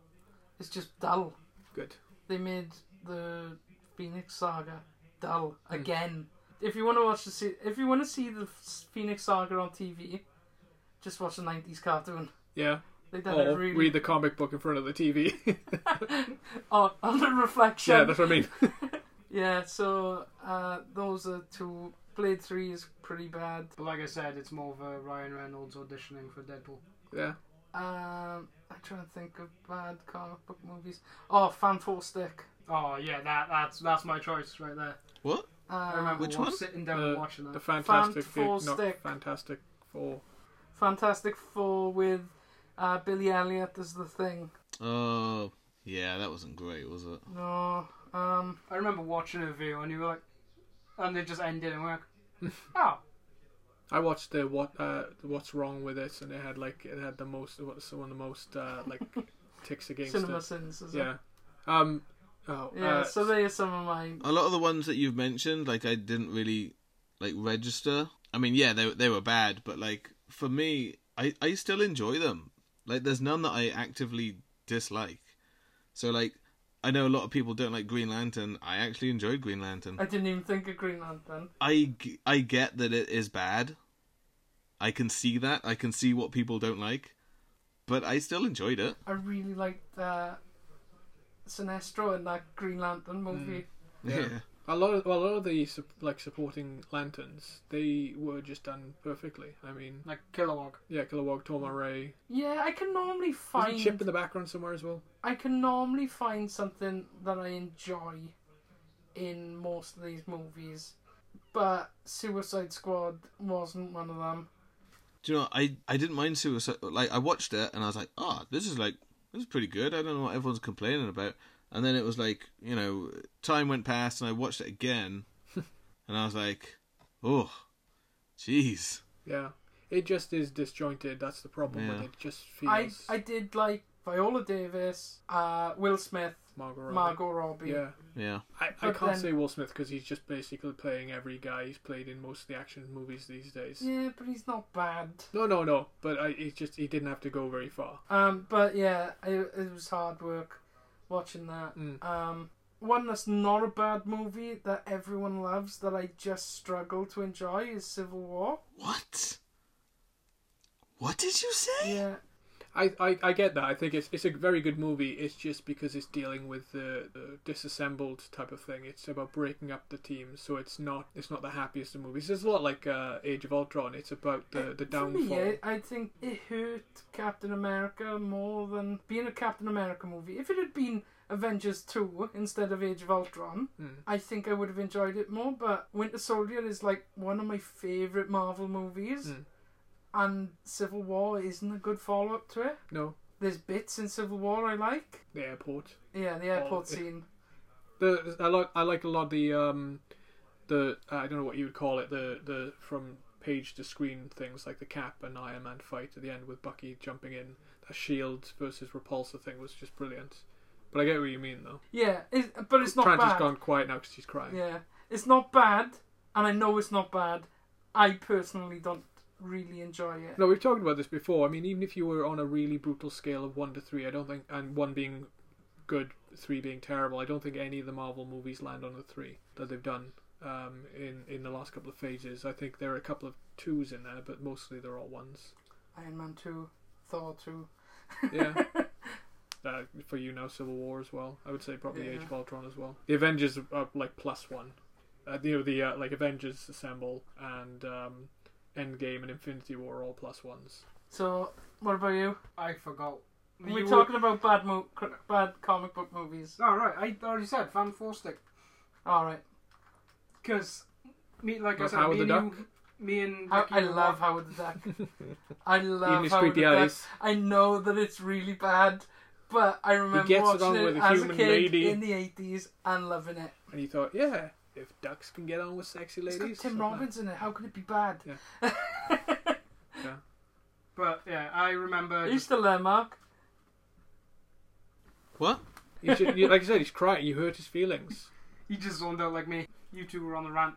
C: It's just dull.
A: Good.
C: They made the Phoenix Saga dull
A: Hmm.
C: again. If you want to watch the se- if you want to see the Phoenix Saga on TV, just watch a '90s cartoon.
A: Yeah,
C: They done it
A: or
C: really
A: read the comic book in front of the TV.
C: oh, under reflection.
A: yeah, that's what I mean.
C: Yeah, so uh, those are two. Blade 3 is pretty bad.
B: But like I said, it's more of a Ryan Reynolds auditioning for Deadpool.
A: Yeah,
C: Um, I'm trying to think of bad comic book movies. Oh, Fantastic.
B: Oh yeah, that that's that's my choice right there.
D: what?
B: I
C: Uh,
B: remember
D: Which
B: wa-
D: one?
B: sitting down
A: Uh,
B: and watching
A: the
B: that.
A: Fantastic, not
C: Four Stick.
A: Fantastic Four.
C: Fantastic Four with uh, Billy Elliot as the thing.
D: Oh yeah, that wasn't great, was it?
C: No, um,
B: I remember watching a video and you were like, and they just ended and we're like, oh,
A: I watched the what uh, what's wrong with this, and it had like it had the most what's one of the most uh, like ticks against
C: Cinema
A: it.
C: Sins. Is
A: Yeah. Um. Oh.
C: It? yeah
A: uh,
C: so they are some of mine.
D: A lot of the ones that you've mentioned, like I didn't really like register. I mean, yeah, they they were bad, but like for me, I I still enjoy them. Like there's none that I actively dislike. So like I know a lot of people don't like Green Lantern. I actually enjoyed Green Lantern.
C: I didn't even think of Green Lantern.
D: I, g- I get that it is bad. I can see that. I can see what people don't like. But I still enjoyed it.
C: I really liked uh, Sinestro in that Green
A: Hmm.
C: Lantern movie.
A: Yeah. A lot of well, a lot of the sup- like supporting lanterns, they were just done perfectly. I mean,
B: Like Kilowog.
A: yeah, Kilowog,
C: Mm.
A: Torma Ray.
C: Yeah, I can normally
A: There's a
C: find
A: chip in the background somewhere as well.
C: I can normally find something that I enjoy in most of these movies, but Suicide Squad wasn't one of them.
D: Do you know? I I didn't mind Suicide. Like I watched it and I was like, oh, this is like this is pretty good. I don't know what everyone's complaining about. And then it was like, you know, time went past and I watched it again, and I was like, oh, jeez.
A: Yeah, it just is disjointed. That's the problem. with
D: Yeah.
A: it just feels
C: I I did like Viola Davis, uh, Will Smith,
A: Margot Robbie.
C: Margot Robbie.
A: Yeah,
D: Yeah,
A: I, I
C: But
A: can't
C: then-
A: say Will Smith because he's just basically playing every guy he's played in most of the action movies these days.
C: Yeah, but he's not bad.
A: No, no, no. But I, it's just he didn't have to go very far.
C: Um, but yeah, it, it was hard work watching that.
A: Mm.
C: Um, one that's not a bad movie that everyone loves that I just struggle to enjoy is Civil War.
D: what? What did you say?
C: Yeah,
A: I, I, I get that. I think it's it's a very good movie. It's just because it's dealing with the, the disassembled type of thing. It's about breaking up the teams, so it's not it's not the happiest of movies. It's a lot like uh, Age of Ultron. It's about the, the
C: For me,
A: downfall.
C: I, I think it hurt Captain America more than being a Captain America movie. If it had been Avengers 2 instead of Age of Ultron,
A: Hmm.
C: I think I would have enjoyed it more. But Winter Soldier is like one of my favourite Marvel movies,
A: Hmm.
C: and Civil War isn't a good follow up to it.
A: No,
C: There's bits in Civil War I like.
A: the airport.
C: Yeah, the airport
A: Oh, yeah.
C: scene.
A: The I like I like a lot the um the I don't know what you would call it the the from page to screen things like the Cap and Iron Man fight at the end with Bucky jumping in. That Shield versus Repulsor thing was just brilliant. But I get what you mean though.
C: Yeah, it, but it's not
A: Trant has
C: bad.
A: gone quiet now because she's crying.
C: Yeah, it's not bad, and I know it's not bad. I personally don't really enjoy it.
A: No, we've talked about this before. I mean, even if you were on a really brutal scale of one to three, I don't think, and one being good, three being terrible, I don't think any of the Marvel movies land on a three that they've done um, in in the last couple of phases. I think there are a couple of twos in there, but mostly they're all ones.
C: Iron Man 2, Thor 2.
A: Yeah. Uh, for you now, Civil War as well. I would say probably Age
C: Yeah.
A: of Ultron as well. The Avengers are like plus one. Uh, you know the uh, like Avengers Assemble and um, Endgame and Infinity War are all plus ones.
C: So, what about you?
B: I forgot.
C: We're
B: You
C: talking about bad mo- cr- bad comic book movies.
B: Were... Oh, right. I already said Van Forstick.
C: Alright.
B: Because, me, like
A: Not
B: I said,
A: Howard
B: me and,
A: the
B: you, me and
C: I,
B: Ricky
C: I
B: were
C: love
B: wa-
C: Howard the Duck. I love
A: Even his
C: Howard the
A: creepy
C: Duck.
A: eyes.
C: I know that it's really bad, but I remember
A: gets along
C: watching it
A: with a
C: as a
A: human
C: kid
A: lady.
C: in the 80s and loving it.
A: And you thought, yeah, if ducks can get on with sexy ladies.
C: It's got Tim
A: something
C: Robbins in it. How could it be bad?
B: But, yeah, I remember.
C: Are you still there, Mark?
D: What?
A: You should, you, like I said, he's crying. You hurt his feelings.
B: You just zoned out like me. You two were on the rant.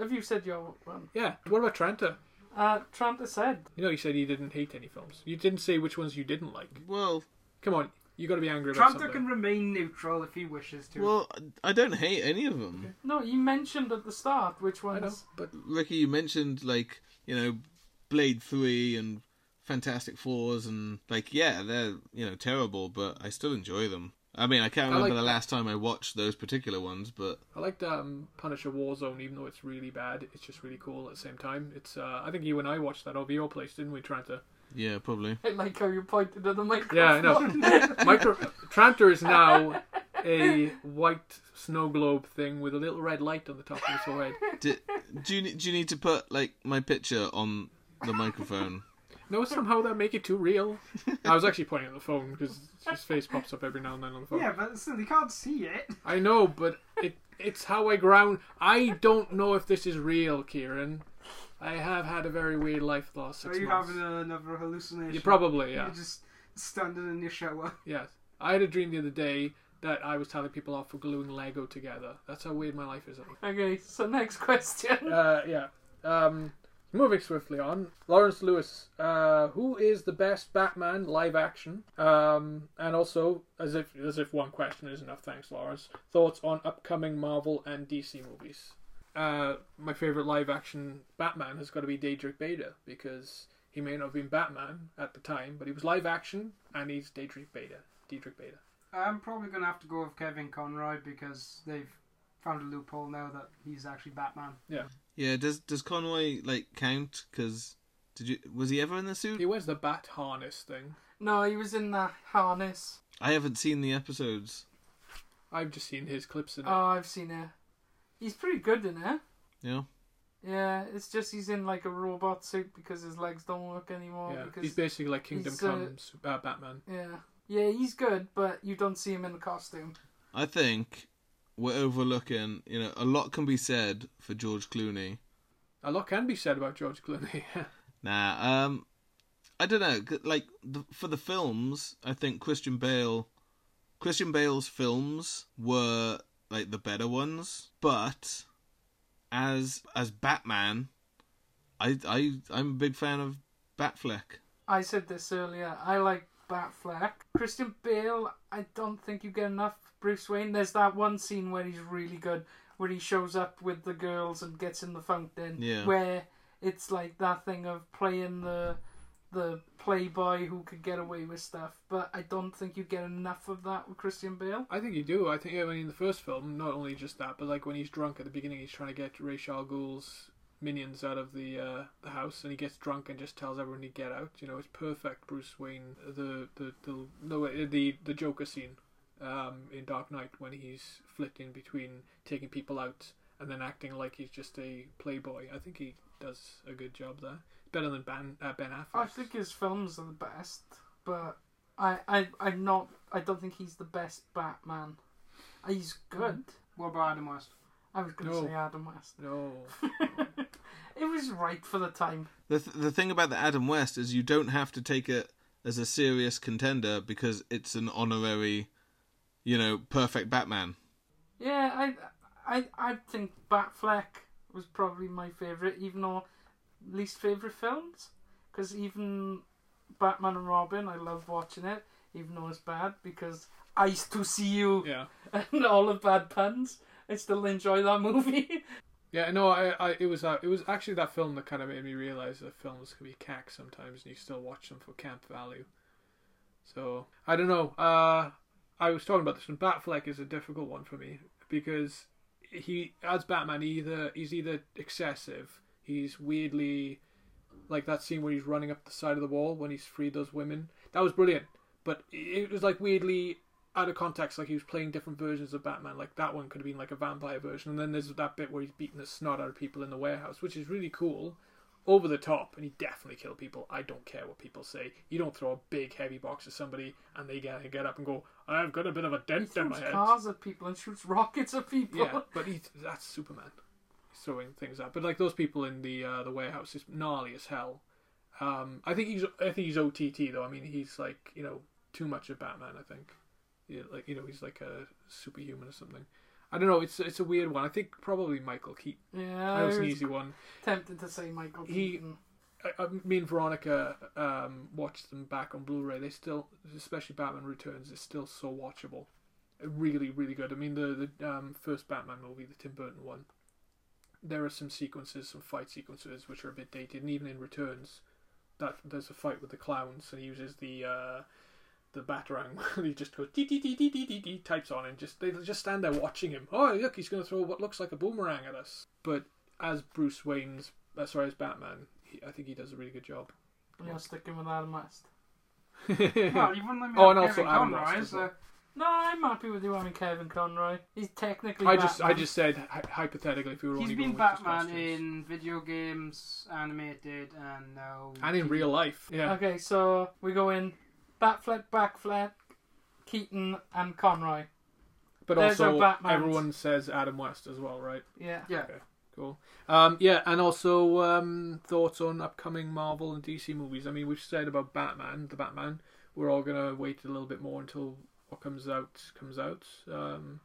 C: Have you said your one?
A: Yeah. What about Tranta?
C: Uh, Tranta said.
A: You know, you said you didn't hate any films. You didn't say which ones you didn't like.
D: Well,
A: Come on, you got to be angry about
B: Tranter
A: something.
B: can remain neutral if he wishes to.
D: well, I don't hate any of them.
C: No, you mentioned at the start which
A: I know,
C: ones.
A: but
D: Ricky, you mentioned like you know, Blade Three and Fantastic Fours and like yeah, they're you know terrible, but I still enjoy them. I mean, I can't
A: I like
D: remember the
A: that.
D: last time I watched those particular ones, but
A: I liked um, Punisher Warzone, even though it's really bad. It's just really cool at the same time. It's uh, I think you and I watched that over your place, didn't we, Tranta?
D: yeah, probably.
C: I like how you pointed at the microphone.
A: Yeah, I know. Micro Tranter is now a white snow globe thing with a little red light on the top of his forehead.
D: do, do you do you need to put like my picture on the microphone?
A: No, somehow that make it too real. I was actually pointing at the phone because his face pops up every now and then on the phone.
B: yeah, but still, you can't see it.
A: I know, but it it's how I ground. I don't know if this is real, Kieran. I have had a very weird life the last
B: Are
A: six
B: you
A: months.
B: having another hallucination?
A: you probably yeah
B: You're just standing in your shower.
A: yes. I had a dream the other day that I was telling people off for gluing Lego together. That's how weird my life is.
C: Okay, so next question.
A: Uh, yeah. Um, Moving swiftly on, Lawrence Lewis, uh, who is the best Batman live action? Um, and also, as if as if one question is enough, thanks, Lawrence. Thoughts on upcoming Marvel and DC movies? Uh, my favorite live action Batman has got to be Daedric Beta because he may not have been Batman at the time, but he was live action and he's Daedric Beta. Daedric Beta.
B: I'm probably going to have to go with Kevin Conroy because they've found a loophole now that he's actually Batman.
D: Yeah, does does Conway like count? Because did you was he ever in the
A: He
D: suit?
A: wears the bat harness thing.
C: No, he was in that harness.
D: I haven't seen the episodes.
A: I've just seen his clips in it.
C: Oh, I've seen it. He's pretty good in it.
D: Yeah.
C: Yeah, it's just he's in like a robot suit because his legs don't work anymore.
A: yeah,
C: because
A: he's basically like Kingdom
C: he's, uh,
A: Come uh, Batman.
C: yeah, yeah, he's good, but you don't see him in the costume.
D: I think we're overlooking. You know, a lot can be said for George Clooney.
A: A lot can be said about George Clooney.
D: Nah, um, I don't know. Like the, for the films, I think Christian Bale, Christian Bale's films were like the better ones. But as as Batman, I I I'm a big fan of Batfleck.
C: I said this earlier. I like Batfleck. Christian Bale. I don't think you get enough Bruce Wayne. There's that one scene where he's really good, where he shows up with the girls and gets in the fountain.
D: Yeah.
C: Where it's like that thing of playing the the playboy who could get away with stuff. But I don't think you get enough of that with Christian Bale.
A: I think you do. I think I mean in the first film, not only just that, but like when he's drunk at the beginning, he's trying to get Rachel Ghoul's minions out of the uh, the house, and he gets drunk and just tells everyone to get out. You know, it's perfect. Bruce Wayne, the the the the the, the Joker scene um, in Dark Knight when he's flitting between taking people out and then acting like he's just a playboy. I think he does a good job there. Better than Ben uh, Ben Affleck.
C: I think his films are the best, but I, I I'm not. I don't think he's the best Batman. He's good.
B: What about Adam West?
C: I was going to
A: No.
C: say Adam West.
A: no.
C: it was right for the time.
D: The th- the thing about the Adam West is you don't have to take it as a serious contender because it's an honorary, you know, perfect Batman.
C: Yeah, I, I, I think Batfleck was probably my favorite, even though least favorite films, because even Batman and Robin, I love watching it, even though it's bad because Ice to see you
A: Yeah.
C: and all the bad puns. I still enjoy that movie.
A: Yeah, no, I, I, it was, uh, it was actually that film that kind of made me realize that films can be cack sometimes, and you still watch them for camp value. So I don't know. Uh, I was talking about this one. Batfleck is a difficult one for me because he, as Batman, either he's either excessive, he's weirdly, like that scene where he's running up the side of the wall when he's freed those women. That was brilliant, but it was like weirdly out of context, like he was playing different versions of Batman. Like that one could have been like a vampire version, and then there's that bit where he's beating the snot out of people in the warehouse, which is really cool, over the top, and he definitely killed people. I don't care what people say. You don't throw a big heavy box at somebody and they get get up and go, "I've got a bit of a
C: He
A: dent in my
C: throws
A: head."
C: cars at people and shoots rockets at people.
A: Yeah, but he, that's Superman. He's throwing things out. But like those people in the uh, the warehouse is gnarly as hell. Um, I think he's I think he's OTT though. I mean, he's like you know too much of Batman. I think, yeah, like you know, he's like a superhuman or something. I don't know. It's it's a weird one. I think probably Michael Keaton.
C: Yeah,
A: That was
C: I
A: an
C: was
A: easy one.
C: tempted to say Michael
A: He-
C: Keaton.
A: I, I, me and Veronica um, watched them back on Blu-ray. They still, especially Batman Returns, is still so watchable. Really, really good. I mean, the the um, first Batman movie, the Tim Burton one. There are some sequences, some fight sequences, which are a bit dated, and even in Returns, that there's a fight with the clowns, and he uses the uh, the batarang. and he just goes dee dee dee dee dee dee dee, types on, and just they just stand there watching him. Oh, look, he's going to throw what looks like a boomerang at us. But as Bruce Wayne's uh, sorry, as Batman, he, I think he does a really good job.
C: You're sticking with Adam West.
B: well, you wouldn't let me
A: Oh, and
B: have Kevin
A: also Adam
B: Conroy,
A: West as
B: so-
A: well.
C: No, I'm happy with you having Kevin Conroy. He's technically.
A: I just, I
C: Batman.
A: just said hy- hypothetically if we were
B: He's
A: only
B: been
A: going with just
B: Batman
A: costumes.
B: in video games, animated, and now.
A: and in real life. Yeah,
C: Okay, so we go in Batfleck, Backfleck, Keaton, and Conroy.
A: but
C: there's our
A: also
C: Batmans.
A: everyone says Adam West as well, right?
C: Yeah.
B: Yeah.
A: Cool. Um, yeah, and also um, thoughts on upcoming Marvel and DC movies. I mean, we've said about Batman, the Batman. We're all gonna wait a little bit more until what comes out comes out. Um,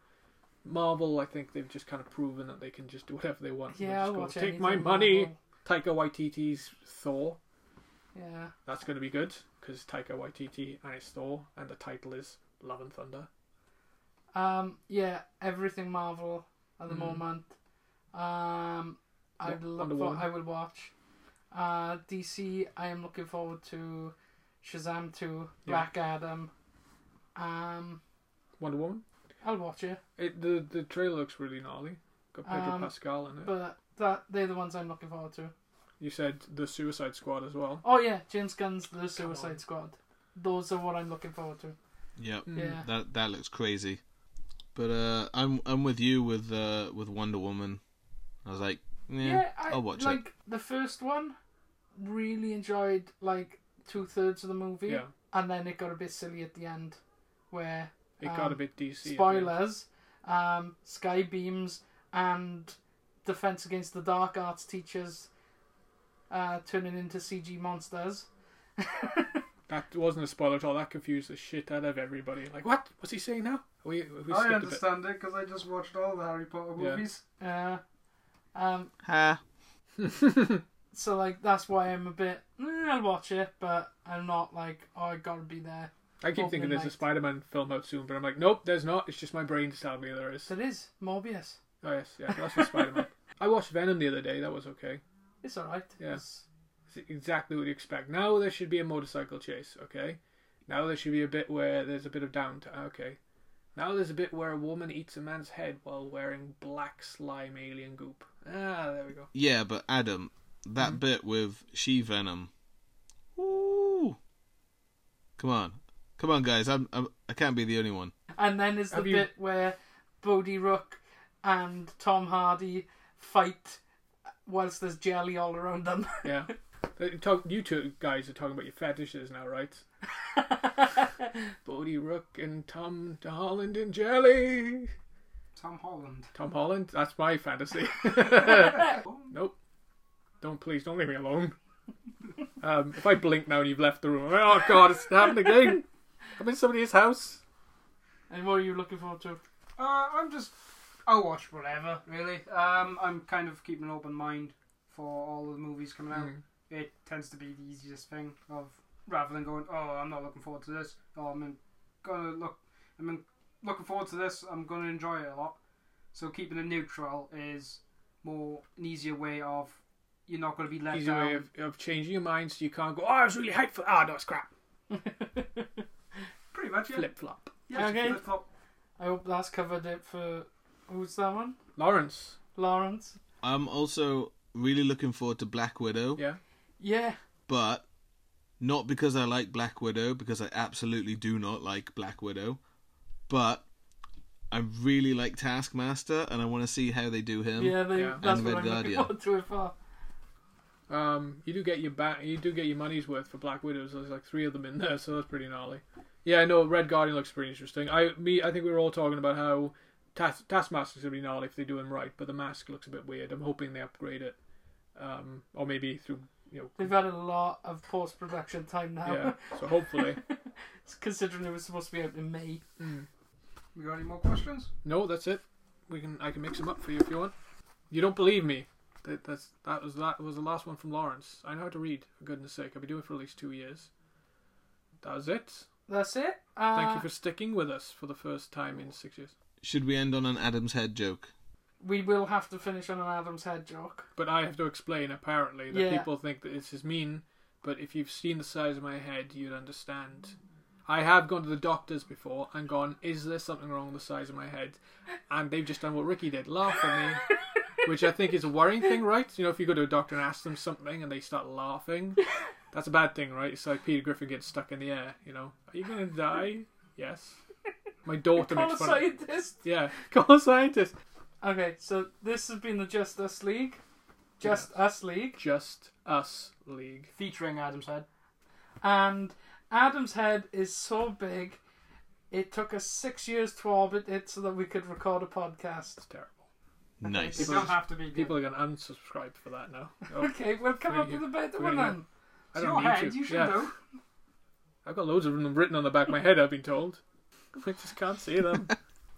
A: Marvel, I think they've just kind of proven that they can just do whatever they want. They're
C: Yeah,
A: just
C: I'll
A: go,
C: watch
A: take
C: anything
A: my money.
C: Marvel.
A: Taika Waititi's Thor.
C: Yeah.
A: That's going to be good because Taika Waititi and it's Thor, and the title is Love and Thunder.
C: Um, yeah, everything Marvel at the moment. Um,
A: Wo-
C: I look
A: Hmm. Wonder
C: for,
A: Woman.
C: I will watch. Uh, DC. I am looking forward to Shazam two,
A: Yeah.
C: Black Adam. Um,
A: Wonder Woman.
C: I'll watch it,
A: It, the the trailer looks really gnarly. Got Pedro
C: Um,
A: Pascal in it.
C: but that they're the ones I'm looking forward to.
A: You said the Suicide Squad as well.
C: Oh yeah, James Gunn's The
A: on.
C: Suicide Squad. Those are what I'm looking forward to.
D: Yep.
A: Hmm.
C: Yeah.
D: That that looks crazy. But uh, I'm I'm with you with uh, with Wonder Woman. I was like, yeah,
C: Yeah, I,
D: I'll watch
C: like
D: it.
C: the first one. Really enjoyed like two thirds of the movie,
A: Yeah,
C: and then it got a bit silly at the end, where
A: it got a
C: Um,
A: bit DC. at the end.
C: spoilers, um, sky beams and defense against the dark arts teachers uh, turning into CG monsters.
A: That wasn't a spoiler at all. That confused the shit out of everybody. Like, what? What's he saying now? We we
B: I
A: skipped a bit.
B: understand it because I just watched all the Harry Potter
A: Yeah.
B: movies.
C: Uh, um,
D: Ha.
C: so like that's why I'm a bit. "Eh, I'll watch it, but I'm not like oh, I gotta be there.
A: I keep
C: Open
A: thinking there's a
C: mic.
A: Spider-Man film out soon, but I'm like, nope, there's not. It's just my brain just telling me there is.
C: So it is Morbius.
A: Oh yes, yeah, that's just Spider-Man. I watched Venom the other day. That was okay.
C: It's alright.
A: Yeah.
C: It's-
A: It's exactly what you expect. Now there should be a motorcycle chase. Okay. Now there should be a bit where there's a bit of downtime. Okay. Now there's a bit where a woman eats a man's head while wearing black slime alien goop. Ah, there we go.
D: Yeah, but Adam, that
C: Mm-hmm.
D: bit with she Venom. Ooh. Come on, come on, guys. I'm, I'm I can't be the only one.
C: And then there's the
A: Have you-
C: bit where Bodie Rook and Tom Hardy fight whilst there's jelly all around them.
A: Yeah. They Talk, you two guys are talking about your fetishes now, right? Bodie Rook and Tom Holland and Jelly.
B: Tom Holland. Uh,
A: Tom Holland? That's my fantasy. nope. Don't please don't leave me alone. Um, if I blink now and you've left the room, oh god, it's happened again. I'm in somebody's house.
C: and what are you looking forward to?
B: Uh, I'm just. I'll watch whatever, really. Um, I'm kind of keeping an open mind for all the movies coming out.
A: Hmm.
B: It tends to be the easiest thing of rather than going, oh, I'm not looking forward to this. Oh, I'm in, gonna look. I'm in, looking forward to this. I'm gonna enjoy it a lot. So keeping it neutral is more an easier way of you're not gonna be let
A: Easy
B: down.
A: way of, of changing your mind so you can't go, oh, I was really hyped for Ah, no, it's crap.
B: Pretty much, yeah.
A: Flip flop.
B: Yeah,
C: Okay.
B: flip flop.
C: I hope that's covered it for who's that one?
A: Lawrence.
C: Lawrence.
D: I'm also really looking forward to Black Widow,
A: Yeah.
C: Yeah,
D: but not because I like Black Widow, because I absolutely do not like Black Widow. But I really like Taskmaster, and I want to see how they do him.
C: yeah, they,
A: Yeah.
C: that's what
D: And Red
C: I'm looking
D: Guardian.
C: forward to it for.
A: Um, you do get your ba- you do get your money's worth for Black Widows. There's like three of them in there, so that's pretty gnarly. Yeah, no, Red Guardian looks pretty interesting. I me, I think we were all talking about how Tas- Taskmaster's gonna be gnarly if they do him right, but the mask looks a bit weird. I'm hoping they upgrade it, um, or maybe through you know,
C: They've had a lot of post production time now,
A: yeah. So hopefully, Hmm.
C: considering it was supposed to be out in May.
B: We got any more questions?
A: no, that's it. We can I can mix them up for you if you want. You don't believe me? That that's that was that was the last one from Lawrence. I know how to read. For goodness sake, I've been doing it for at least two years. That was it.
C: That's it. Uh,
A: Thank you for sticking with us for the first time in six years.
D: Should we end on an Adam's head joke?
C: We will have to finish on an Adam's head joke.
A: But I have to explain, apparently, that
C: Yeah.
A: people think that this is mean, but if you've seen the size of my head, you'd understand. I have gone to the doctors before and gone, is there something wrong with the size of my head? And they've just done what Ricky did, laugh at me, which I think is a worrying thing, right? You know, if you go to a doctor and ask them something and they start laughing, that's a bad thing, right? It's like Peter Griffin gets stuck in the air, you know. Are you going to die? Yes. My daughter
C: Call
A: makes
C: a
A: fun of
C: scientist.
A: Yeah, call a scientist.
C: Okay, so this has been the Just Us League. Just Us League.
A: Just Us League.
B: Featuring Adam's head.
C: And Adam's head is so big, it took us six years to orbit it so that we could record a podcast.
A: It's terrible.
B: You
D: Nice.
A: People-
B: don't have to be. Good.
A: People are going to unsubscribe for that now. No,
C: Okay, we'll come up
A: Pretty
C: with a better
A: pretty
C: one
A: good.
C: then.
A: I
B: It's
A: don't
B: your
A: need
B: head.
A: to.
B: You should
A: Yeah.
B: know.
A: I've got loads of them written on the back of my head, I've been told. I just can't see them.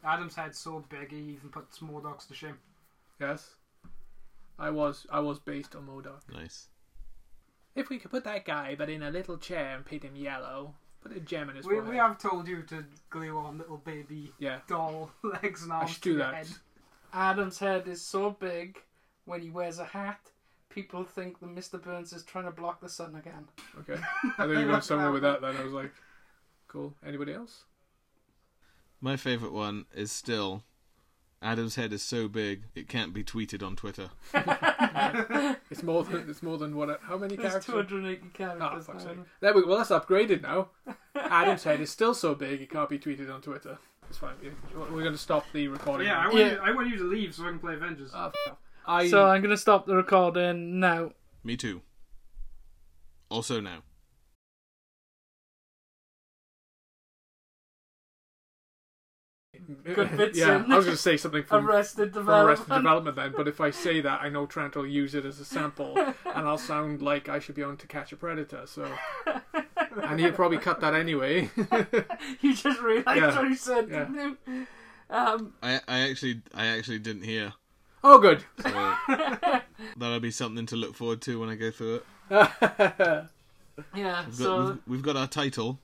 B: Adam's head's so big he even puts Mordox to shame.
A: yes. I was I was based on Modok.
D: Nice.
A: If we could put that guy, but in a little chair and paint him yellow, put a gem in his
B: We,
A: forehead.
B: we have told you to glue on little baby
A: Yeah,
B: doll legs and
A: I
B: arms
A: should
B: to
A: do
B: your
A: that.
B: head.
C: Adam's head is so big when he wears a hat, people think that Mr. Burns is trying to block the sun again.
A: Okay, I think you went somewhere with that. Then I was like, cool. Anybody else?
D: My favorite one is still Adam's head is so big it can't be tweeted on Twitter.
A: It's more than it's more than what? How many
C: There's
A: characters?
C: 280
A: Oh,
C: characters.
A: fuck's
C: now.
A: sake. There we go. Well, that's upgraded now. Adam's head is still so big it can't be tweeted on Twitter. It's fine. Yeah, We're going to stop the recording.
B: yeah, I
A: now.
B: want,
C: Yeah.
B: You, I want you to leave so I can play Avengers.
A: Ah, f- off. I
C: So
B: uh,
C: I'm going to stop the recording now.
D: Me too. Also now.
C: Good bits
A: yeah,
C: in.
A: I was going to say something from
C: Arrested
A: from Arrested
C: Development.
A: Development then, but if I say that, I know Trent will use it as a sample, and I'll sound like I should be on To Catch a Predator. So, and he'll probably cut that anyway.
C: you just realised
A: Yeah.
C: what he said,
A: Yeah.
C: didn't you? Um,
D: I I actually I actually didn't hear.
A: oh, good.
D: So that'll be something to look forward to when I go through it.
C: yeah,
D: We've got,
C: so
D: we've, we've got our title.